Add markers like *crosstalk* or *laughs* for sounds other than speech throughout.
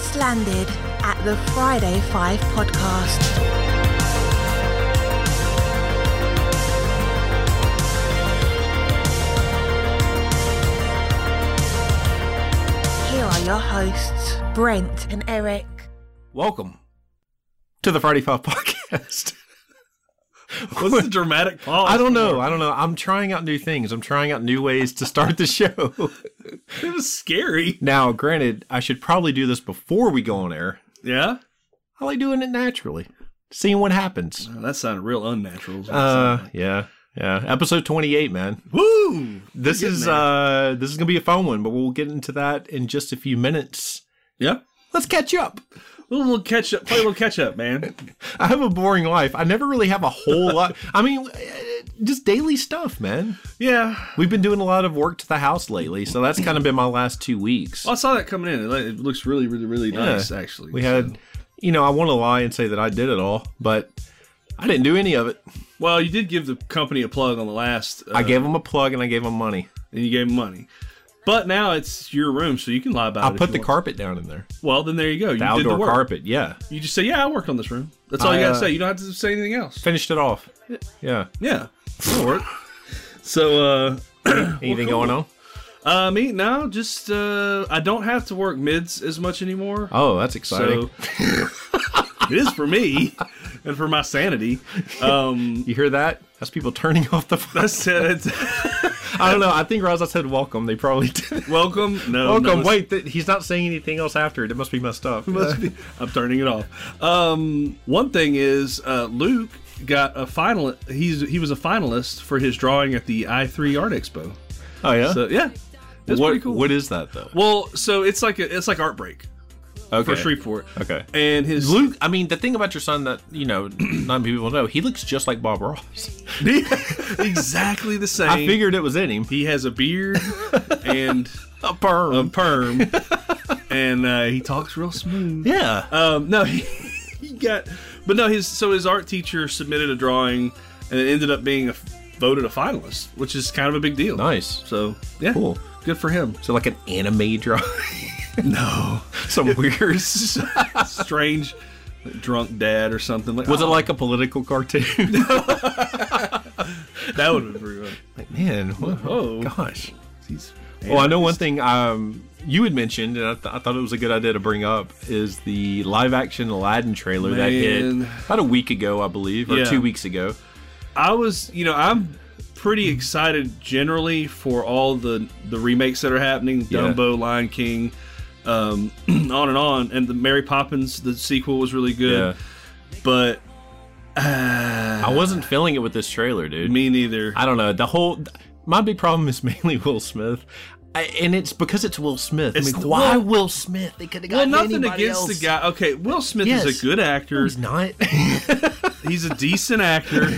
website at the Friday Five Podcast. Here are your hosts, Brent and Eric. Welcome to the Friday Five Podcast. *laughs* What's the dramatic pause? I don't know. I don't know. I'm trying out new things. I'm trying out new ways to start the *laughs* show. It was scary. now, granted, I should probably do this before we go on air. Yeah. I like doing it naturally, seeing what happens. Oh, that sounded real unnatural. is what it Uh, sounded. yeah, yeah. Episode 28, man. woo. This We're getting is there. uh, this is gonna be a fun one, but we'll get into that in just a few minutes. yeah. Let's catch up. We'll little catch up. Play a little catch *laughs* up, man. I have a boring life. I never really have a whole lot. I mean, eh, just daily stuff, man. yeah. We've been doing a lot of work to the house lately, so that's kind of been my last two weeks. Well, I saw that coming in. It, it looks really, really, really nice. Yeah. Actually, We So- had, you know, I want to lie and say that I did it all, but I didn't do any of it. Well, you did give the company a plug on the last. Uh, I gave them a plug and I gave them money. and you gave them money. But now it's your room, so you can lie about I it. if put you the want. carpet down in there, Well, then there you go. the You did outdoor the work. carpet. Yeah, You just say, "Yeah, I worked on this room." That's all I, you gotta uh, say. You don't have to say anything else. finished it *laughs* off. Yeah. *laughs* Yeah. That'll work. so, uh, Anything going on? Uh, me no, just uh, I don't have to work mids as much anymore. Oh, that's exciting. so *laughs* it is for me and for my sanity. Um, *laughs* you hear that? That's people turning *laughs* off the. phone. that's it. I don't know. I think Roz, I said welcome. They probably *laughs* did. *laughs* Welcome, no, Welcome. no, Wait, th- he's not saying anything else after it. It must be messed up. let's- let's be- *laughs* I'm turning it off. Um, one thing is uh, Luke got a final. He's he was a finalist for his drawing at the i3 Art Expo. Oh yeah. So yeah, that's what pretty cool. what is that though? well, so it's like a, it's like art break Okay. for Shreveport. Okay. And his Luke, I mean, the thing about your son that you know, *clears throat* not many people know, he looks just like Bob Ross. *laughs* exactly the same. I figured it was in him. He has a beard and A perm. a perm, and uh, he talks real smooth. yeah. Um, no, *laughs* he, he got, but no, his so his art teacher submitted a drawing, and it ended up being a, voted a finalist, which is kind of a big deal. nice. So yeah, Cool. good for him. So like an anime drawing. No, *laughs* Some weird. strange drunk dad or something like Oh, Was it like a political cartoon? that would have been pretty good. *laughs* like, man, what, Whoa. gosh. He's Well, Oh, I know one thing um, you had mentioned, and I, th- I thought it was a good idea to bring up, is the live action Aladdin trailer that hit Man. about a week ago, I believe, or Yeah. two weeks ago. I was, you know, I'm pretty excited generally for all the the remakes that are happening. Yeah. Dumbo, Lion King, um, *clears throat* on and on, and the Mary Poppins the sequel was really Yeah. good. But I wasn't feeling it with this trailer, dude. me neither. I don't know. The whole my big problem is *laughs* mainly Will Smith, I, and it's because it's Will Smith. I It's mean, the- why Will Smith? They could have well, gotten nothing anybody against else. the guy. Okay, Will Smith Yes. is a good actor. He's *laughs* not. He's a *laughs* decent actor.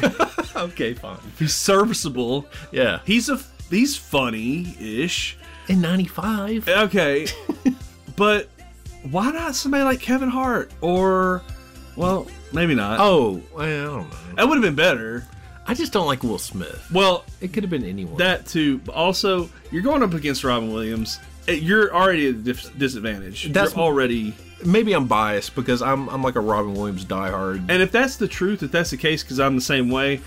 okay, fine. He's serviceable. Yeah, He's a he's funny ish. in '95. *laughs* Okay, but why not somebody like Kevin Hart or, well, maybe not. Oh, well, I don't know. That would have been better. I just don't like Will Smith. Well, It could have been anyone. that too. But also, you're going up against Robin Williams. Eh, You're already at a dis- disadvantage. That's- you're already. Maybe I'm biased because I'm I'm like a Robin Williams diehard. And if that's the truth, if that's the case, because I'm the same way,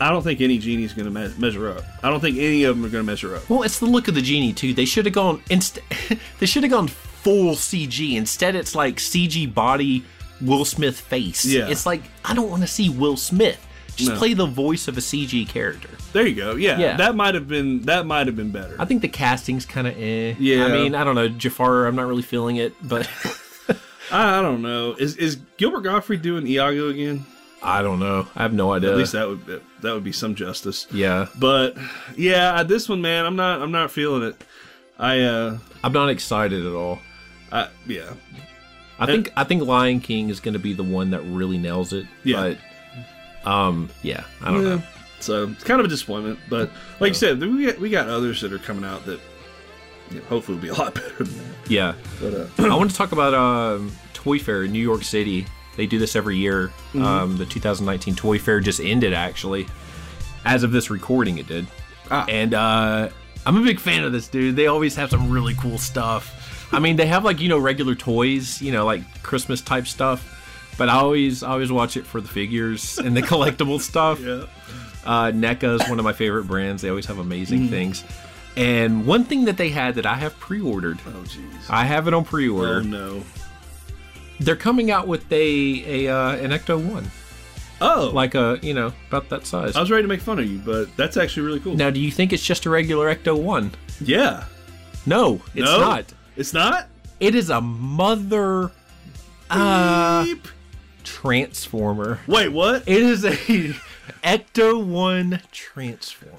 I don't think any genie's going to me- measure up. I don't think any of them are going to measure up. Well, it's the look of the genie too. They should have gone inst- *laughs* They should have gone full CG. Instead, it's like CG body, Will Smith face. Yeah. It's like I don't want to see Will Smith. Just No. play the voice of a CG character. There you go. Yeah, Yeah. that might have been that might have been better. I think the casting's kind of eh. Yeah. I mean, I don't know Jafar. I'm not really feeling it, but *laughs* I, I don't know. Is is Gilbert Godfrey doing Iago again? I don't know. I have no idea. At least that would that would be some justice. yeah, But yeah, I- this one, man, I'm not I'm not feeling it. I uh, I'm not excited at all. I yeah. I think I think Lion King is going to be the one that really nails it. Yeah. But, um. Yeah. I don't know. Yeah. So it's kind of a disappointment, but like you said, we got, we got others that are coming out that you know, hopefully will be a lot *laughs* better than that. Yeah. But uh, *clears throat* I want to talk about um, Toy Fair in New York City. They do this every year. Mm-hmm. Um, the 2019 Toy Fair just ended, actually. As of this recording, it did. Ah. And uh, I'm a big fan of this dude. They always have some really cool stuff. I mean, they have like you know regular toys, you know, like Christmas type stuff. But I always I always watch it for the figures and the collectible *laughs* stuff. Yeah. Uh, NECA is one of my favorite brands. They always have Mm-hmm. amazing things. And one thing that they had that I have pre-ordered, Oh jeez. I have it on pre-order. Oh no. They're coming out with a a uh, an Ecto One, Oh, like like a you know about that size. I was ready to make fun of you, but that's actually really cool. Now, do you think it's just a regular Ecto One? yeah. No, it's no? not. It's not. It is a mother uh, Beep. transformer. Wait, what? It is a *laughs* Ecto One transformer.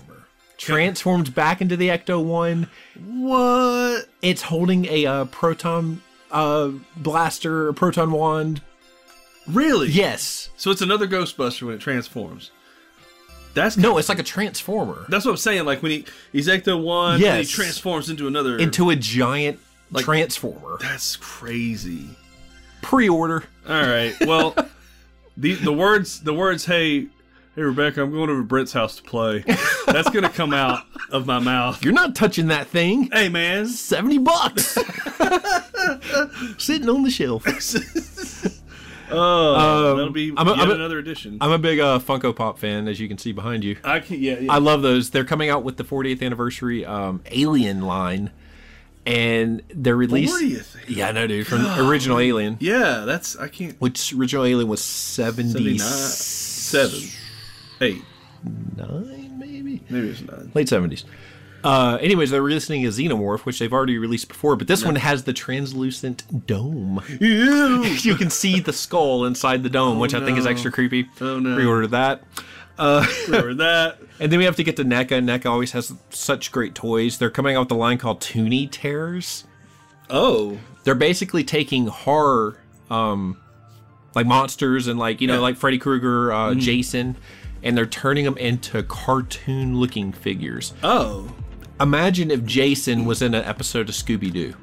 Transformed back into the Ecto One. What? It's holding a uh, proton uh, blaster, a proton wand. Really? Yes. So it's another Ghostbuster when it transforms. That's No, it's like a transformer That's what I'm saying. Like when he he's Ecto One, and he Yes. transforms into another. into a giant Like- transformer. that's crazy. Pre-order. All right. *laughs* Well, the the words the words. Hey, hey Rebecca, I'm going over to Brent's house to play. That's gonna come out of my mouth. You're not touching that thing. *laughs* Hey man, Seventy bucks. Sitting on the shelf. oh, Um, that'll be I'm a- yet I'm a- another edition. I'm a big uh, Funko Pop fan, as you can see behind you. I can yeah. yeah. I love those. They're coming out with the 40th anniversary um, Alien line, and they're released. 40th. Yeah, I know, dude. From the original Alien, yeah, that's I can't. which original Alien was 79, 79, seven, eight, maybe maybe it's nine. late 70s. Uh, anyways, they're releasing a Xenomorph, which they've already released before, but this one has the translucent dome. Ew. *laughs* you can see the skull inside the dome, which I think is no. extra creepy. Oh, no. Reorder that. Remember that. And then we have to get to NECA. NECA always has such great toys. They're coming out with a line called Toonie Terrors. Oh, They're basically taking horror, um, like monsters and like, you know, Yeah. Mm-hmm. like Freddy Krueger, uh, Jason, and they're turning them into cartoon looking figures. oh, Imagine if Jason was in an episode of Scooby Doo.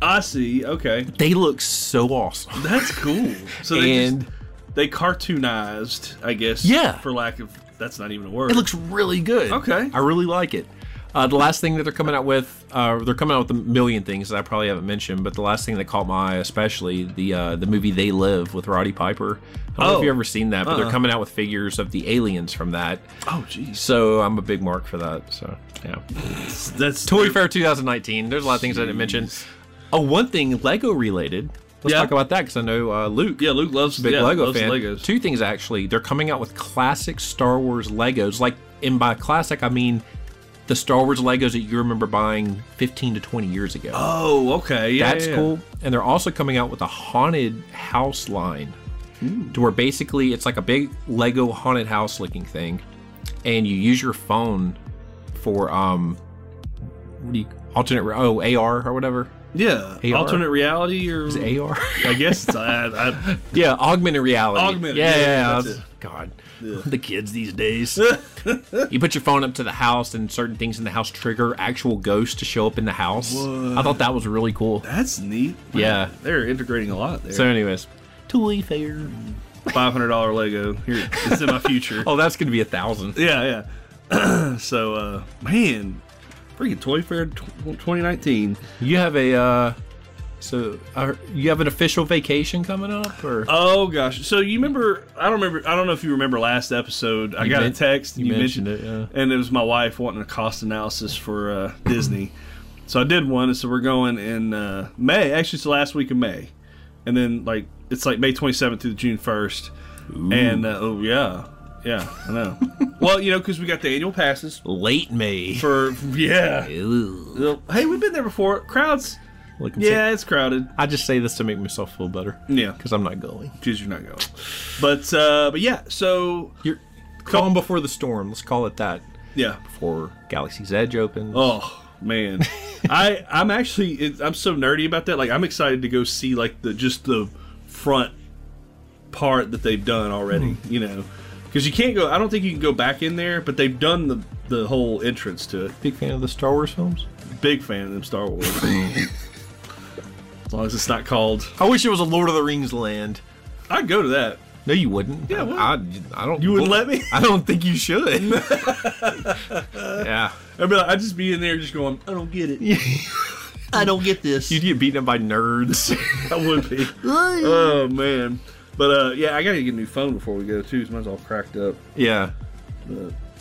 I see. Okay. They look so awesome. That's cool. So they and just, they cartoonized, I guess. Yeah. For lack of that's not even a word. It looks really good. Okay. I really like it. Uh, the last thing that they're coming out with, uh, they're coming out with a million things that I probably haven't mentioned, but the last thing that caught my eye, especially the uh, the movie They Live with Roddy Piper. I don't know Oh. if you've ever seen that, but Uh-uh. they're coming out with figures of the aliens from that. oh jeez. So I'm a big mark for that. So yeah, That's Toy Fair 2019. There's a lot of things I didn't mention. Jeez. Oh, one thing Lego related. Let's Yeah. talk about that because I know uh, Luke. Yeah, Luke loves big yeah, Lego loves fan. Legos. Two things actually. They're coming out with classic Star Wars Legos. Like, and by classic I mean the Star Wars Legos that you remember buying 15 to 20 years ago. Oh, okay. Yeah, That's yeah, yeah. cool. And they're also coming out with a haunted house line, to where basically it's like a big Lego haunted house looking thing, and you use your phone for um, what do you alternate? re- Oh, AR or whatever. Yeah. AR. Alternate reality or Is it AR? I guess it's *laughs* I, I, Yeah, augmented reality. Augmented, Yeah, yeah, yeah, yeah, that's that's- it. God, the kids these *laughs* days. you put your phone up to the house, and certain things in the house trigger actual ghosts to show up in the house. I thought that was really cool. that's neat. Yeah. Wow, They're integrating a lot there. So, anyways, toy fair. Five hundred dollar Lego. Here it's in my future. *laughs* Oh, that's gonna be a thousand. Yeah, yeah. *clears throat* so uh man. Freaking Toy Fair tw- 2019. You have a uh, so are, you have an official vacation coming up, or Oh gosh! So you remember? I don't remember. I don't know if you remember last episode. I You got men- a text. And you you, mentioned mentioned, it, it, and it was my wife wanting a cost analysis for uh, Disney. so I did one. and So we're going in uh, May. Actually, it's the last week of May, and then like it's like May 27th through June 1st. And uh, oh yeah, yeah, *laughs* I know. well, you know, because we got the annual passes late May? for yeah. Ew. Hey, we've been there before. Crowds. Look, I'm saying- Yeah, it's crowded. I just say this to make myself feel better Yeah, because I'm not going. because you're not going. But uh, but yeah. So You're calm before the storm. Let's call it that. yeah. Before Galaxy's Edge opens. Oh man, I I'm actually it, I'm so nerdy about that. Like I'm excited to go see like the just the front part that they've done already. You know, because you can't go. I don't think you can go back in there, but they've done the the whole entrance to it. Big fan of the Star Wars films. Big fan of them Star Wars. as long as it's not called, I wish it was a Lord of the Rings land. I'd go to that. No, you wouldn't. Yeah, well, I, I don't. you wouldn't let me? I don't think you *laughs* should. yeah, I'd be like, I'd just be in there just going, I don't get it. I don't get this. You'd get beaten up by nerds. *laughs* That would be. oh man. But uh, yeah, I gotta get a new phone before we go too. 'cause Mine's all cracked up. yeah.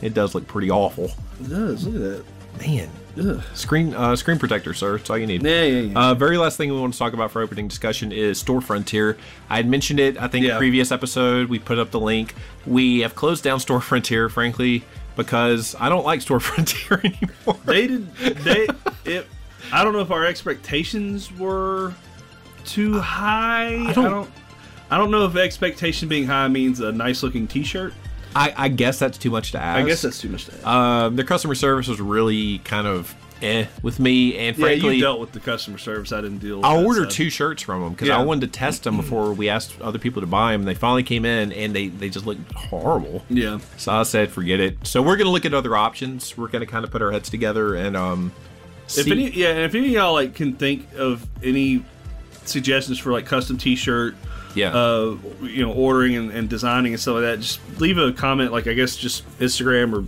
It does look pretty awful. It does. Look at Man. that. Ugh. Screen uh, screen protector, sir. That's all you need. Yeah, yeah, yeah. Uh, very last thing we want to talk about for opening discussion is Store Frontier. I had mentioned it, I think, Yeah. previous episode. We put up the link. We have closed down Store Frontier, frankly, because I don't like Store *laughs* Frontier anymore. they did. They. it. I don't know if our expectations were too high. I don't- I don't, I don't know if expectation being high means a nice looking T-shirt. Uh, I, I guess that's too much to ask. I guess that's too much to ask. Um, their customer service was really kind of eh with me, and yeah, frankly, you dealt with the customer service. I didn't deal. with I that ordered side. two shirts from them because Yeah. I wanted to test them before we asked other people to buy them. They finally came in, and they they just looked horrible. Yeah. So I said, forget it. So we're gonna look at other options. We're gonna kind of put our heads together and um. If see- any, yeah, and if any of y'all like can think of any suggestions for like custom T-shirt, yeah, uh, you know, ordering and, and designing and stuff like that, just leave a comment. Like I guess just Instagram or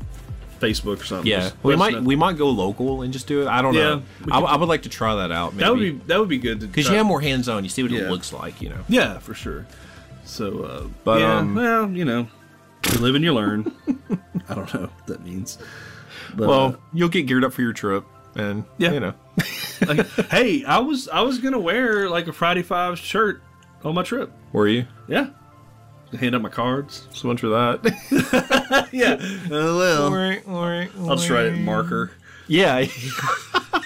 Facebook or something. yeah, Just let we us might know. we might go local and just do it. I don't Yeah, know. we I, I would like to try that out. Maybe. that would be that would be good to because try. you have more hands on. You see what Yeah. it looks like, you know. Yeah, for sure. So, uh, But, but yeah, um, well, you know, you live and you learn. *laughs* I don't know what that means. But, Well, you'll get geared up for your trip, and Yeah. you know. *laughs* uh, like, hey, I was I was gonna wear like a Friday Five shirt on my trip. Were you? Yeah, hand out my cards. So much for that. *laughs* Yeah, oh well. I'll just write it in marker. Yeah,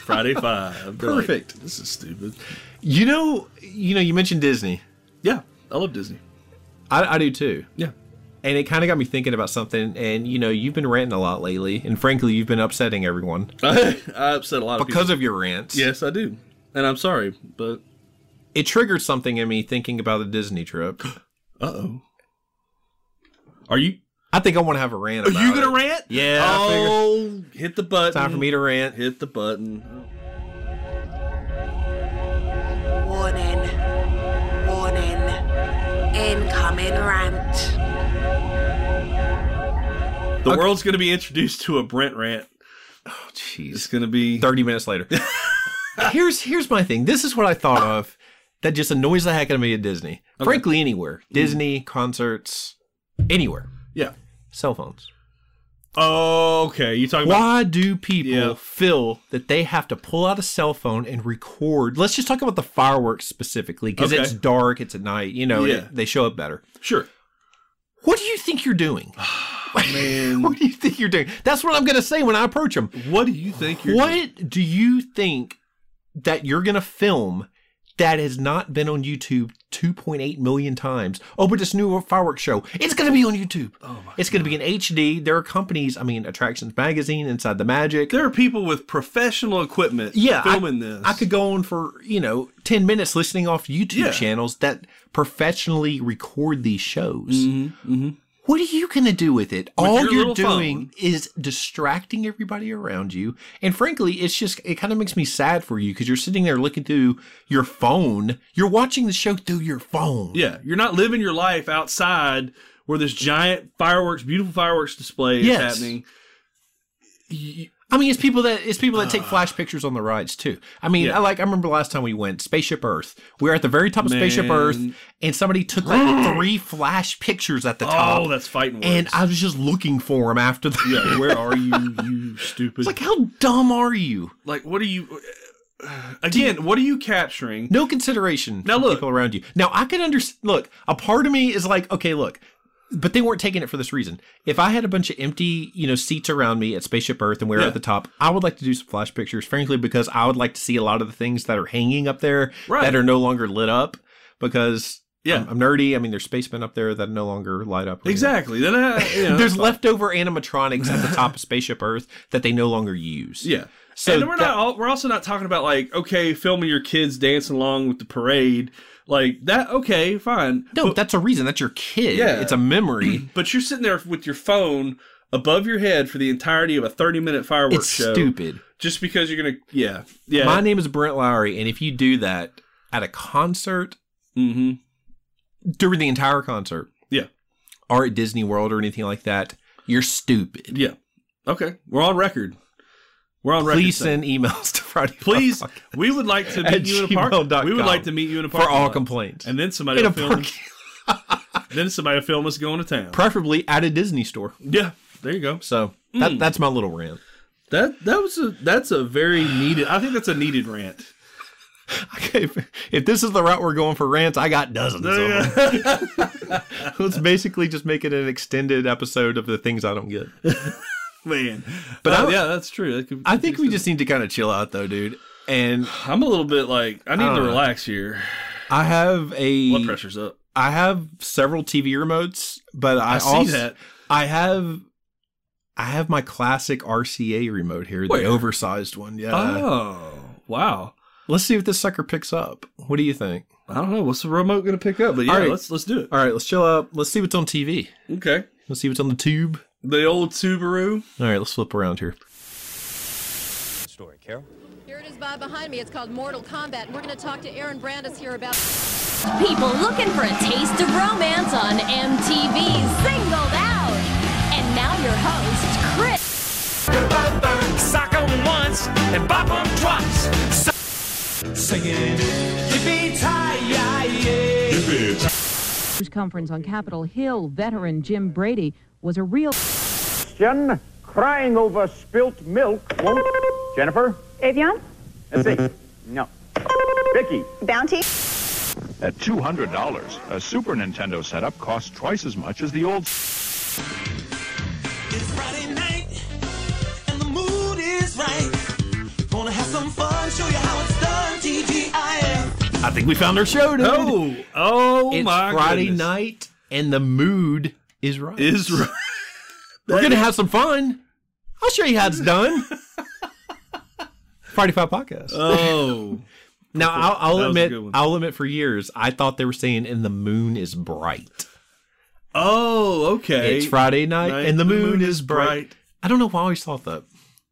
Friday Five. They're like, Perfect. this is stupid. you know, you know, you mentioned Disney. Yeah, I love Disney. I, I do too, Yeah, and it kind of got me thinking about something. And you know, you've been ranting a lot lately, and frankly, you've been upsetting everyone *laughs* I, upset a lot of because people. of your rants. yes, I do, and I'm sorry, but it triggered something in me thinking about the Disney trip. uh oh. Are you I think I want to have a rant. Are About you gonna it. rant? Yeah, I Oh, hit the button. Time for me to rant. hit the button. Warning. Warning. Incoming rant. The world's gonna be introduced to a Brent rant. Oh, jeez. It's gonna be. 30 minutes later. *laughs* here's here's my thing. This is what I thought of that just annoys the heck out of me at Disney. Frankly, anywhere. Mm-hmm. Disney, concerts, anywhere. Yeah. Cell phones. Oh, Okay, you talking about? Why do people Yeah. feel that they have to pull out a cell phone and record? Let's just talk about the fireworks specifically because Okay. it's dark, it's at night, you know, Yeah. they show up better. Sure. What do you think you're doing? *laughs* *laughs* Man, What do you think you're doing? That's what I'm going to say when I approach them. what do you think you're? doing? What do you think that you're going to film that has not been on YouTube 2.8 million times? Oh, but this new fireworks show, it's going to be on YouTube. Oh my it's going to be in HD. There are companies, I mean, Attractions Magazine, Inside the Magic. There are people with professional equipment. yeah, I- filming this. I could go on for, you know, 10 minutes listening off YouTube Yeah. channels that professionally record these shows. What are you going to do with it? All Mm-hmm, your you're little doing is distracting everybody around you. And frankly, it's just, it kind of makes me sad for you because you're sitting there looking through your phone. You're watching the show through your phone. Yeah, you're not living your life outside where this giant fireworks, beautiful fireworks display is Yes. happening. I mean, it's people that it's people that take flash pictures on the rides too. I mean, Uh. Yeah. I like I remember last time we went Spaceship Earth. We were at the very top of Spaceship Earth, Man. and somebody took *gasps* like three flash pictures at the top. Oh, that's fighting words. and I was just looking for him after that. yeah, *laughs* where are you, you *laughs* stupid? It's like, how dumb are you? like what are you uh, again what are you capturing No consideration Now for look. people around you. Now I can understand. Look, a part of me is like, okay, look, but they weren't taking it for this reason. If I had a bunch of empty, you know, seats around me at Spaceship Earth and we were Yeah. at the top, I would like to do some flash pictures, frankly, because I would like to see a lot of the things that are hanging up there Right. that are no longer lit up because. Yeah. I'm, I'm nerdy. I mean, there's spacemen up there that no longer light up. exactly then I, *laughs* you know, There's leftover animatronics at the top *laughs* of Spaceship Earth that they no longer use. yeah So and we're that- not all, we're also not talking about like okay filming your kids dancing along with the parade like that okay fine No, that's a reason. That's your kid. Yeah. It's a *clears throat* memory. but you're sitting there with your phone above your head for the entirety of a 30 minute fireworks it's show stupid. just because you're gonna yeah yeah My name is Brent Lowry, and if you do that at a concert mm-hmm. during the entire concert, Yeah. or at Disney World or anything like that, you're stupid. yeah okay we're on record We're on record. Please saying- send emails *laughs* to Friday. Please, we would like to At meet you in a park. gmail.com We would like to meet you in a for park all complaints, And then somebody in a will film. park, Then somebody will film us going to town. preferably at a Disney store. yeah, there you go. So Hmm. that, that's my little rant. *laughs* That that was a that's a very needed. I think that's a needed rant. Okay, if, if this is the route we're going for rants, I got dozens. of them. *laughs* Let's basically just make it an extended episode of the things I don't get. *laughs* Man, But but I- yeah, that's true. That could, I think we just need to kind of chill out though, dude. And I'm a little bit like I need don't to know. relax here. I have Blood a pressure's up. I have several TV remotes, but I, I, see also that. I have I have my classic RCA remote here, Where? the oversized one. Yeah. oh wow. Let's see if this sucker picks up. What do you think? I don't know what's the remote going to pick up, but yeah, All right. let's let's do it. All right, let's chill up. Let's see what's on TV. Okay, Let's see what's on the tube. the old Subaru. All right, let's flip around here. story, Carol. Here it is, Bob, behind me. It's called Mortal Kombat. and We're going to talk to Aaron Brandis here about. People looking for a taste of romance on MTV singled out. And now your host, Chris. Sock 'em once and bop 'em twice. So- Singing, yippee-ti-yi-yi. Conference on Capitol Hill, veteran Jim Brady was a real. Christian crying over spilt milk won't. Jennifer? Avion? Let's see. No. Vicky? Bounty? At $200, a Super Nintendo setup costs twice as much as the old. It's Friday night and the mood is right. Gonna have some fun, show you how it's done. TGIF. I think we found our show, dude. Oh, oh it's my Friday goodness. night, and the mood is right. is right. We're gonna have some fun. I'll show you how it's done. *laughs* Friday Five Podcast. Oh, now I'll, that I'll was a admit, good one. I'll admit, for years I thought they were saying "and the moon is bright." oh, okay. It's Friday night, night, and the, moon, is bright. I don't know why I always thought that.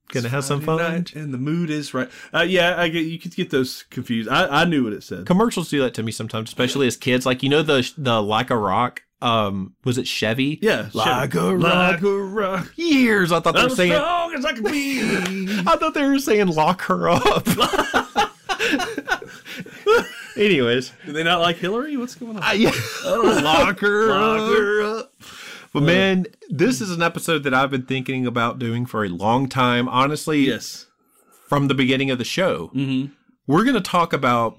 Gonna have some fun. Friday night and the mood is right. Uh, yeah, I get you could get those confused. I, I knew what it said. Commercials do that to me sometimes, especially as kids. Like you know the the like a rock. Um, was it Chevy? Yeah, like sure. a rock. like a rock. Years I thought they I'm were as saying. strong as I can be. I thought they were saying lock her *laughs* up. *laughs* Anyways, *laughs* Do they not like Hillary? What's going on? I, yeah. lock *laughs* her Lock her up. But man, this is an episode that I've been thinking about doing for a long time. Honestly, *laughs* yes. Mm-hmm. from the beginning of the show, we're going to talk about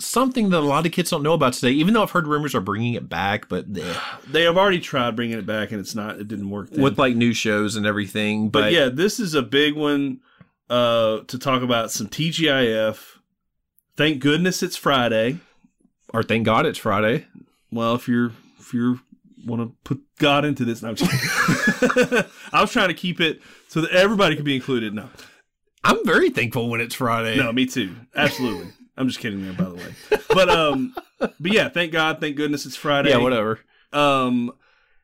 something that a lot of kids don't know about today. Even though I've heard rumors are bringing it back, but *sighs* eh, They have already tried bringing it back, and it's not. It didn't work. Then. with like new shows and everything. But, but yeah, this is a big one uh, to talk about some TGIF. Thank goodness it's Friday. or thank God it's Friday. Well, if you're if you want to put God into this, no, I'm just kidding. *laughs* I was trying to keep it so that everybody could be included. No, I'm very thankful when it's Friday. no, me too. Absolutely. I'm just kidding there, by the way. But um, but yeah, thank God, thank goodness it's Friday. yeah, whatever. Um,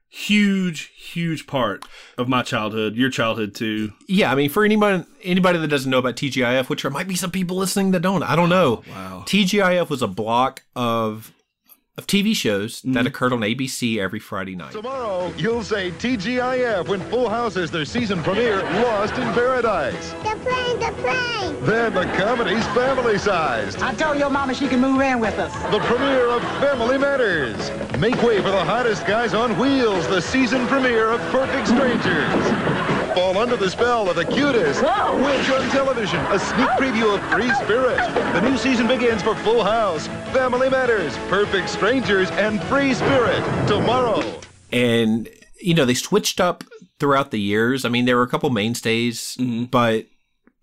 huge, huge part of my childhood, your childhood too. yeah, I mean, for anybody anybody that doesn't know about TGIF, which there might be some people listening that don't, I don't know. wow. TGIF was a block of of TV shows that occurred on ABC every Friday night. Tomorrow, you'll say TGIF when Full House is their season premiere, Lost in Paradise. The plane, the plane! Then the comedy's family sized. I tell your mama she can move in with us. The premiere of Family Matters. Make way for the hottest guys on wheels, the season premiere of Perfect Strangers. Fall under the spell of the cutest. Witch on television, a sneak preview of Free Spirit. The new season begins for Full House, Family Matters, Perfect Strangers, and Free Spirit tomorrow. And you know, they switched up throughout the years. I mean, there were a couple mainstays, but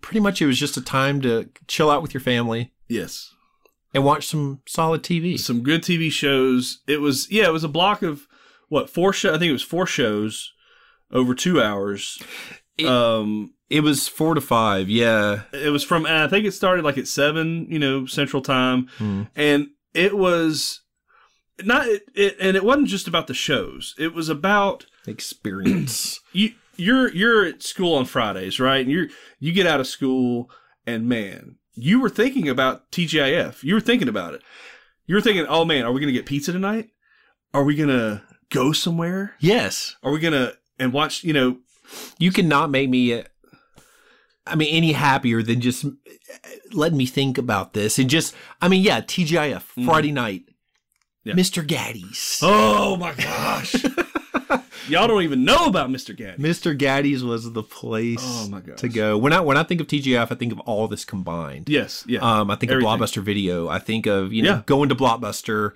pretty much it was just a time to chill out with your family Yes. and watch some solid TV. some good TV shows. It was yeah, it was a block of what four show. I think it was four shows over two hours. It- um, it was 4 to 5. Yeah. it was from and I think it started like at seven, you know, Central Time, and it was not it, it, and it wasn't just about the shows. It was about Experience. you you're you're at school on Fridays, right? And you you get out of school and man, you were thinking about TGIF. You were thinking about it. You were thinking, "Oh man, are we going to get pizza tonight? Are we going to go somewhere? *clears throat* yes. Are we going to and watch, you know, You cannot make me uh, I mean, any happier than just letting me think about this and just, I mean, yeah, TGIF Friday night, Mr. Gaddy's. Mm-hmm. Oh *laughs* my gosh. Y'all don't even know about Mr. Gaddy. Mr. Gaddy's was the place Oh, my gosh. to go. When I when I think of TGF, I think of all this combined. Yes, yeah. Um, I think Everything. of Blockbuster Video. I think of you know Yeah. going to Blockbuster,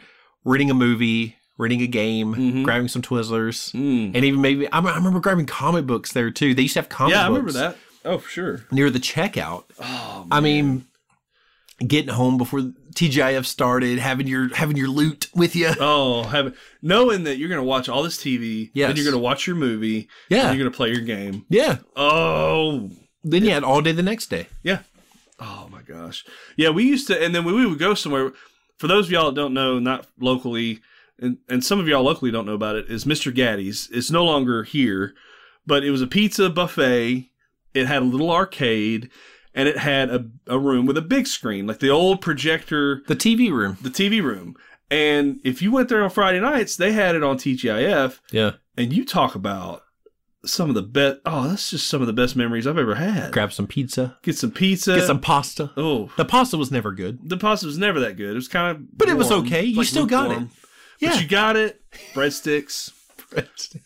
renting a movie, renting a game, Mm-hmm. grabbing some Twizzlers, Mm. and even maybe I, m- I remember grabbing comic books there too. They used to have comic yeah, I books remember that. Oh, for sure. near the checkout. Oh, I mean, getting home before TGIF started, having your having your loot with you. Oh, have knowing that you're gonna watch all this TV, Yes. then you're gonna watch your movie, Yeah. then you're gonna play your game. *laughs* Yeah. Oh, Then you had all day the next day. yeah. Oh my gosh. Yeah, we used to, and then when we would go somewhere. For those of y'all that don't know, not locally, and and some of y'all locally don't know about it, is Mr. Gaddy's. It's no longer here, but it was a pizza buffet. It had a little arcade, and it had a a room with a big screen, like the old projector The TV room. the TV room. And if you went there on Friday nights, they had it on TGIF. Yeah. And you talk about some of the best. Oh, that's just some of the best memories I've ever had. Grab some pizza. Get some pizza. Get some pasta. Oh, The pasta was never good. the pasta was never that good. It was kind of, But it was okay. You still got it. Yeah. But you got it. *laughs* Breadsticks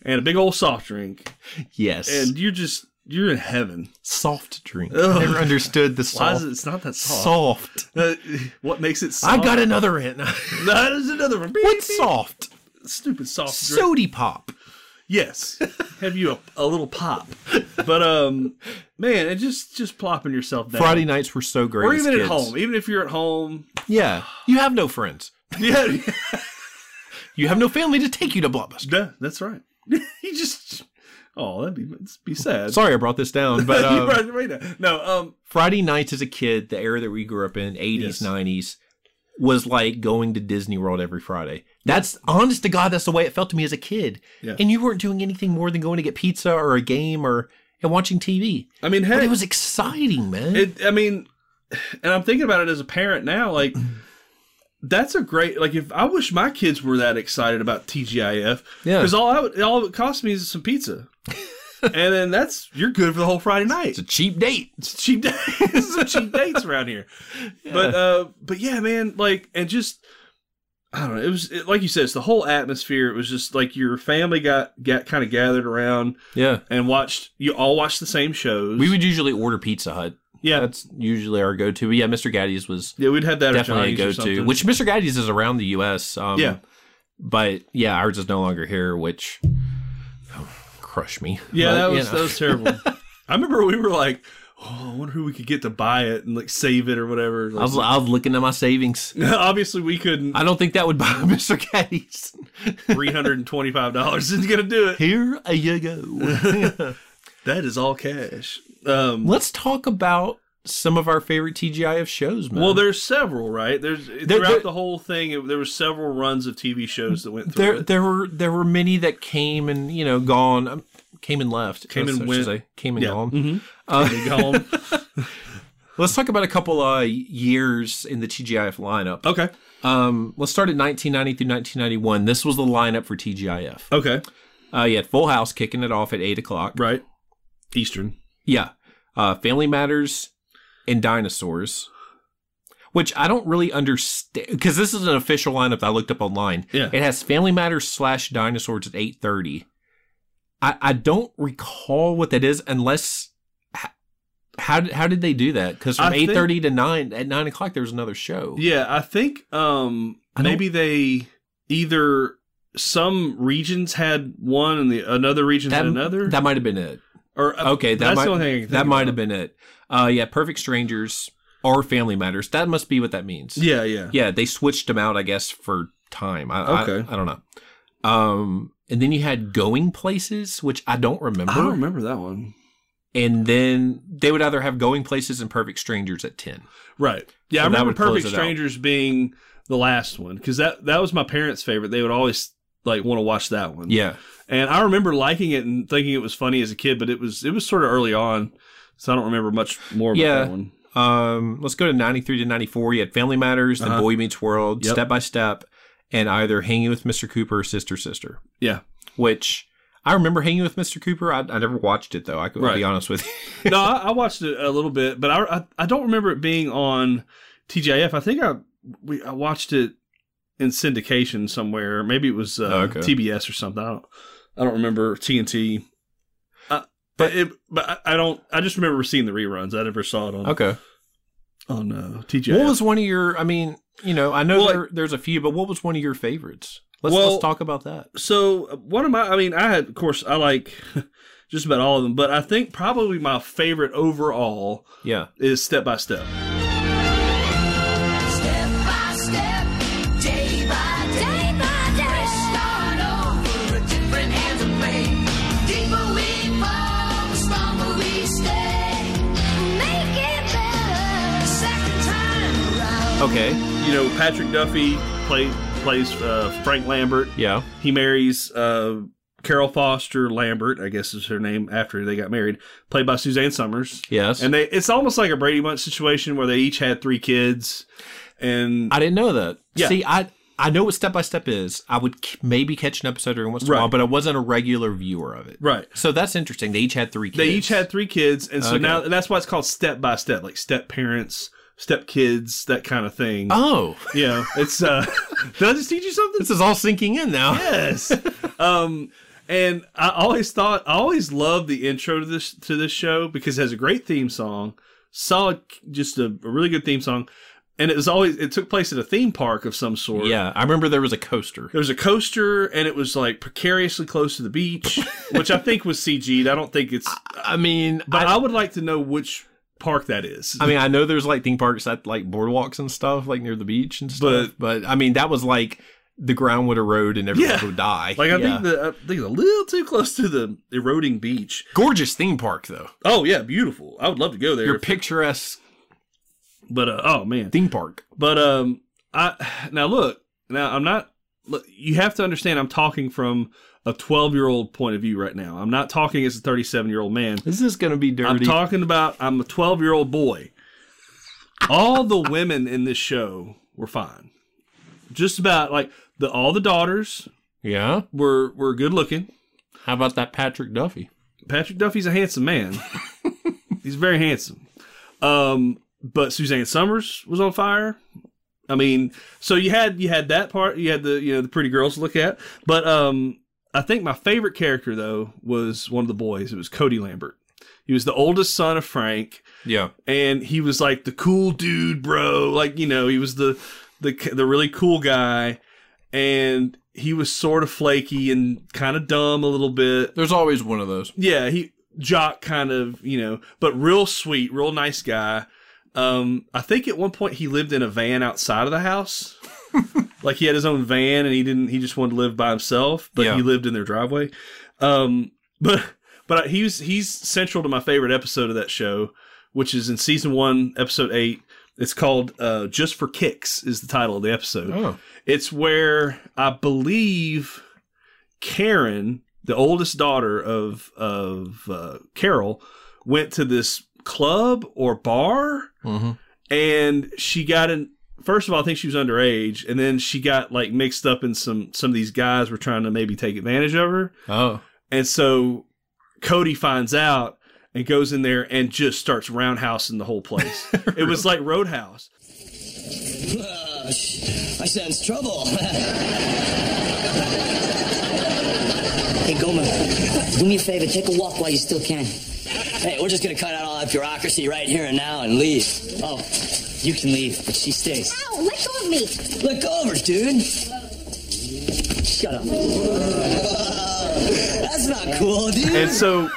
and a big old soft drink, yes. and you're just you're in heaven. soft drink. Ugh. Never understood the Why soft. is it? It's not that soft. soft. Uh, *laughs* what makes it soft? I got another in. *laughs* That is another one. What's soft? Stupid soft drink. Sody pop. Yes. *laughs* Have you a, a little pop. But um man, and just just plopping yourself down. Friday nights were so great. or as even kids. at home. Even if you're at home. *laughs* Yeah. You have no friends. Yeah. *laughs* You have no family to take you to Blockbuster. yeah, that's right. *laughs* you just Oh, that'd be that'd be sad. Sorry I brought this *laughs* down, but You um, brought- wait a- no, um Friday nights as a kid, the era that we grew up in, 80s, Yes. 90s, was like going to Disney World every Friday. That's honest to God, that's the way it felt to me as a kid. Yeah. And you weren't doing anything more than going to get pizza or a game or and watching TV. I mean But hey it was exciting, man. it, I mean and I'm thinking about it as a parent now, like that's a great like if I wish my kids were that excited about TGIF. Yeah. Because all I would, all it cost me is *laughs* some pizza. and then that's you're good for the whole Friday night. it's a cheap date. It's cheap *laughs* dates. it's some cheap dates around here. But uh, but yeah, man, like and just I don't know. It was it, like you said, it's the whole atmosphere. It was just like your family got got kind of gathered around *laughs* Yeah. and watched. You all watched the same shows. We would usually order Pizza Hut. yeah That's usually our go to. But yeah, Mr. Gaddy's was yeah we'd have that at definitely a Johnny's or go to, something. which Mr. Gaddy's is around the U.S. Um, yeah But yeah, ours is no longer here, which *sighs* oh, crush me. yeah But, that you was know. *laughs* that was terrible. I remember we were like. Oh, I wonder who we could get to buy it and like save it or whatever. I was, I was looking at my savings. *laughs* obviously, we couldn't. I don't think that would buy *laughs* Mr. Gaddy's. Three hundred and twenty-five dollars isn't gonna *laughs* do it. Here you *laughs* go. That is all cash. Um, Let's talk about some of our favorite TGIF shows, man. Well, there's several, right? There's throughout there- the whole thing. It, there were several runs of TV shows that went through. there it. there were there were many that came and you know gone um, came and left Came That's and what I should went. say. came and Yeah. mm-hmm. gone. They call 'em- Let's talk about a couple uh, years in the TGIF lineup. okay, Um, let's start at 1990 through 1991. This was the lineup for TGIF. okay, Uh, you had Full House kicking it off at eight o'clock. right. Eastern. Yeah. Uh, Family Matters and Dinosaurs, which I don't really understand because this is an official lineup that I looked up online. Yeah. It has Family Matters slash Dinosaurs at eight thirty. I I don't recall what that is unless. h- How did, how did they do that? Because I from think- eight thirty to nine at nine o'clock there was another show. Yeah, I think um, I don't- maybe they either some regions had one and the another region that, had another. that might have been it. or Okay, that Uh, that's might the only thing I can think that might about. have been it. Uh, yeah, Perfect Strangers or Family Matters. That must be what that means. Yeah, yeah, yeah, they switched them out, I guess, for time. I, Okay. I, I don't know. Um, and then you had Going Places, which I don't remember. I don't remember that one. And then they would either have Going Places and Perfect Strangers at ten. Right. Yeah, I So that remember would close Perfect it out. Strangers being the last one because that that was my parents' favorite. They would always like want to watch that one. Yeah, And I remember liking it and thinking it was funny as a kid, but it was it was sort of early on, so I don't remember much more about Yeah. that one. Um, let's go to 93 to 94. You had Family Matters, then Uh-huh. Boy Meets World, Yep. Step by Step, and either Hanging with Mr. Cooper or Sister Sister, Yeah. which I remember hanging with Mr. Cooper. I, I never watched it though. I could I'll be honest *laughs* with you. no, I, I watched it a little bit, but I, I I don't remember it being on TGIF. I think I we I watched it in syndication somewhere. Maybe it was uh, Oh, okay. TBS or something. I don't I don't remember TNT. Uh, but it but I, I don't. I just remember seeing the reruns. I never saw it on Okay. on uh, TGIF. What was one of your? I mean, you know, I know Well, there, there's a few, but what was one of your favorites? Let's Well- let's talk about that. So uh, one of my, I mean, I had, of course, I like *laughs* just about all of them, but I think probably my favorite overall Yeah. is Step by Step. Step by step, day by day, by day. start over, a different hand to play. Deeper we fall, the stronger we stay. Make it better, second time around. Okay. You know, Patrick Duffy play, plays uh, Frank Lambert. Yeah. He marries uh, Carol Foster Lambert, I guess is her name, after they got married, played by Suzanne Summers. Yes. And they, it's almost like a Brady Bunch situation where they each had three kids. And I didn't know that. Yeah. See, I I know what step by step is. I would k- maybe catch an episode every once in a Right. while, but I wasn't a regular viewer of it. Right. So that's interesting. They each had three kids. They each had three kids, and so Okay. now that's why it's called step by step, like step parents, step kids, that kind of thing. Oh, *laughs* yeah, it's. uh *laughs* Did I just teach you something? this is all sinking in now. Yes. um, and I always thought, I always loved the intro to this to this show because it has a great theme song, solid, just a, a really good theme song, and it was always it took place at a theme park of some sort. Yeah, I remember there was a coaster. There was a coaster, and it was like precariously close to *laughs* the beach, which I think was CG'd. I don't think it's. I mean, But I, would like to know which park that is. I mean, I know there's like theme parks at like boardwalks and stuff, like near the beach and stuff. But, I mean, that was like the ground would erode and everyone Yeah. would die. like I Yeah. think the I think it's a little too close to the eroding beach. gorgeous theme park though. Oh yeah, beautiful. I would love to go there. Your picturesque but uh, oh man, theme park. but um, I *sighs* now look now I'm not. Look, you have to understand I'm talking from a 12 year old point of view right now. I'm not talking as a 37 year old man. This is gonna be I'm dirty. talking about I'm a 12 year old boy. All the women in this show were fine. Just about like the all the daughters yeah. were were good looking. How about that Patrick Duffy? Patrick Duffy's a handsome man. He's very handsome. Um, but Suzanne Summers was on fire. I mean, so you had you had that part, you had the you know the pretty girls to look at. But um, I think my favorite character though was one of the boys. It was Cody Lambert. He was the oldest son of Frank, Yeah. and he was like the cool dude, bro. Like you know, he was the the the really cool guy, and he was sort of flaky and kind of dumb a little bit. There's always one of those. Yeah, he jock kind of, you know, but real sweet, real nice guy. Um, I think at one point he lived in a van outside of the house. like he had his own van and he didn't he just wanted to live by himself, but Yeah. he lived in their driveway. Um, but but he's he's central to my favorite episode of that show, which is in season 1, episode 8. It's called uh, Just for Kicks is the title of the episode. Oh. It's where I believe Karen, the oldest daughter of of uh, Carol, went to this club or bar, Mhm. and she got in. First of all, I think she was underage, and then she got like mixed up in some some of these guys were trying to maybe take advantage of her, Oh. and so Cody finds out and goes in there and just starts roundhousing the whole place. it was like Roadhouse. I sense trouble. *laughs* hey, Gomer, do me a favor. Take a walk while you still can. Hey, we're just gonna cut out all that bureaucracy right here and now and leave. Oh, you can leave, but she stays. Ow, let go of me. Look over, dude. Shut up. *laughs* That's not cool, dude. And so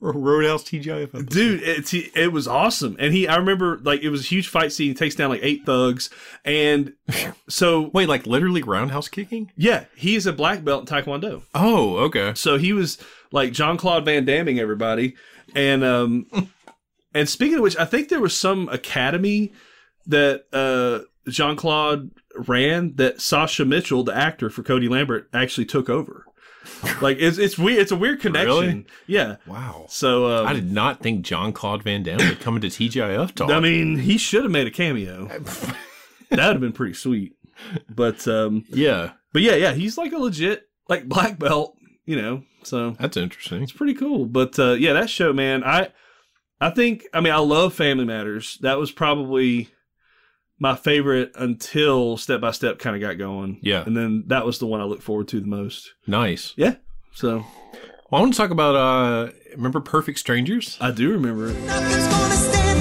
Roadhouse TGIF. dude it's, it was awesome and he i remember like it was a huge fight scene he takes down like eight thugs and so Wait, like literally roundhouse kicking? yeah he is a black belt in taekwondo Oh, okay. so he was like John Claude Van Damming everybody, *laughs* and um, and speaking of which, I think there was some academy that uh John Claude ran that Sasha Mitchell, the actor for Cody Lambert, actually took over. *laughs* Like it's it's weird. It's a weird connection. Really? Yeah. Wow. So um, I did not think John Claude Van Damme would come into TGIF talk. I mean, he should have made a *laughs* cameo. That'd have been pretty sweet. But um yeah. but yeah, yeah, he's like a legit like black belt you know, so that's interesting. It's pretty cool. But uh, yeah, that show, man, I I think I mean I love Family Matters. That was probably my favorite until Step by Step kind of got going. Yeah. and then that was the one I look forward to the most. Nice. Yeah. So well, I want to talk about uh remember Perfect Strangers? I do remember it.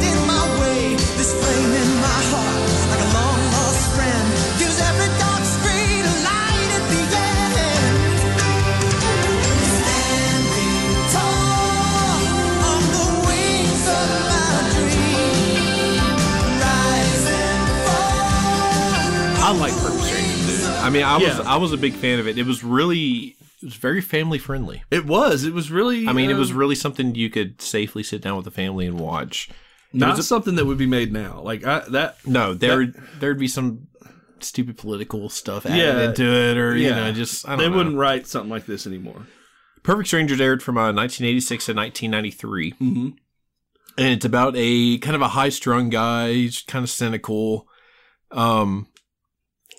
I like Perfect Strangers, dude. I mean, I was Yeah. I was a big fan of it. It was really it was very family friendly. It was. It was really. I mean, it was um, really something you could safely sit down with the family and watch. It Not was a- something that would be made now. Like I, that. no, there there'd be some stupid political stuff added Yeah. into it, or you Yeah. know, just I don't They know. wouldn't write something like this anymore. Perfect Strangers aired from uh, 1986 to 1993. Mm-hmm. And it's about a kind of a high strung guy. He's kind of cynical. Um,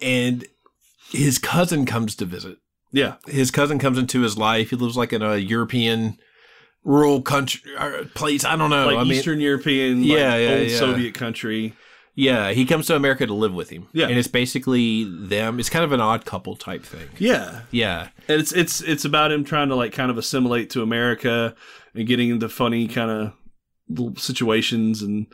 and his cousin comes to visit. Yeah. His cousin comes into his life. He lives like in a European rural country or place. I don't know. like I mean, Eastern European, like Yeah, yeah, old yeah. Soviet country. yeah, he comes to America to live with him. Yeah. And it's basically them. It's kind of an odd couple type thing. Yeah, Yeah. and it's it's it's about him trying to like kind of assimilate to America and getting into funny kind of little situations and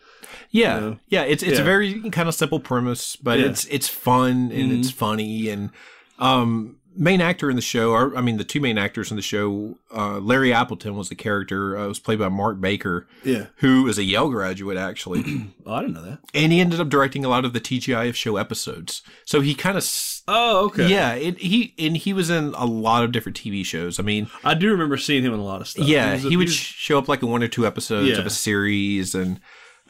Yeah, you know. yeah. It's it's Yeah. a very kind of simple premise, but Yeah. Mm-hmm. it's it's fun and it's funny and um main actor in the show, or I mean the two main actors in the show, uh, Larry Appleton was the character. Uh, it was played by Mark Baker, Yeah. who is a Yale graduate actually, Oh, I didn't know that. and he ended up directing a lot of the TGIF show episodes. So he kind of Oh, okay. yeah, it, he and he was in a lot of different TV shows. I mean, I do remember seeing him in a lot of stuff. yeah, was Uh, a- he would was- sh- show up like in one or two episodes Yeah. of a series, and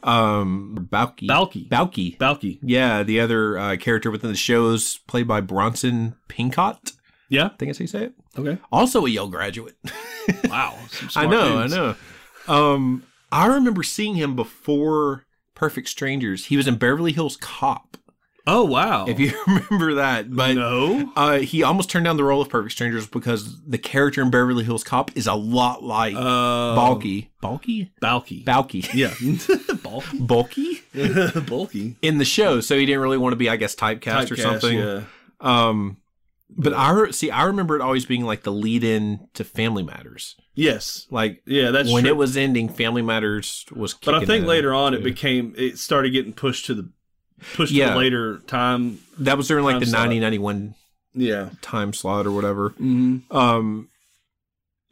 um, Balky, Balky. Balky, Balky. yeah, the other uh, character within the show is played by Bronson Pincott. Yeah, I think that's how you say it. Okay, Also a Yale graduate. *laughs* wow, I some smart know, dudes. I know. Um, I remember seeing him before Perfect Strangers. He was in Beverly Hills Cop. Oh wow! If you *laughs* remember that, but no, uh, he almost turned down the role of Perfect Strangers because the character in Beverly Hills Cop is a lot like Oh. Balky, Balky, Balky, *laughs* Balky, yeah, *laughs* Bulky *laughs* bulky in the show, so he didn't really want to be, I guess, typecast, or Typecast, something. yeah. Um, but I re- see, I remember it always being like the lead-in to Family Matters. Yes, Like yeah, that's when true. it was ending, Family Matters was. But I kicking think in, later on it too. became it started getting pushed to the pushed to Yeah. the later time. that was during like time the slot. 1991 Yeah. time slot or whatever. Mm-hmm. Um,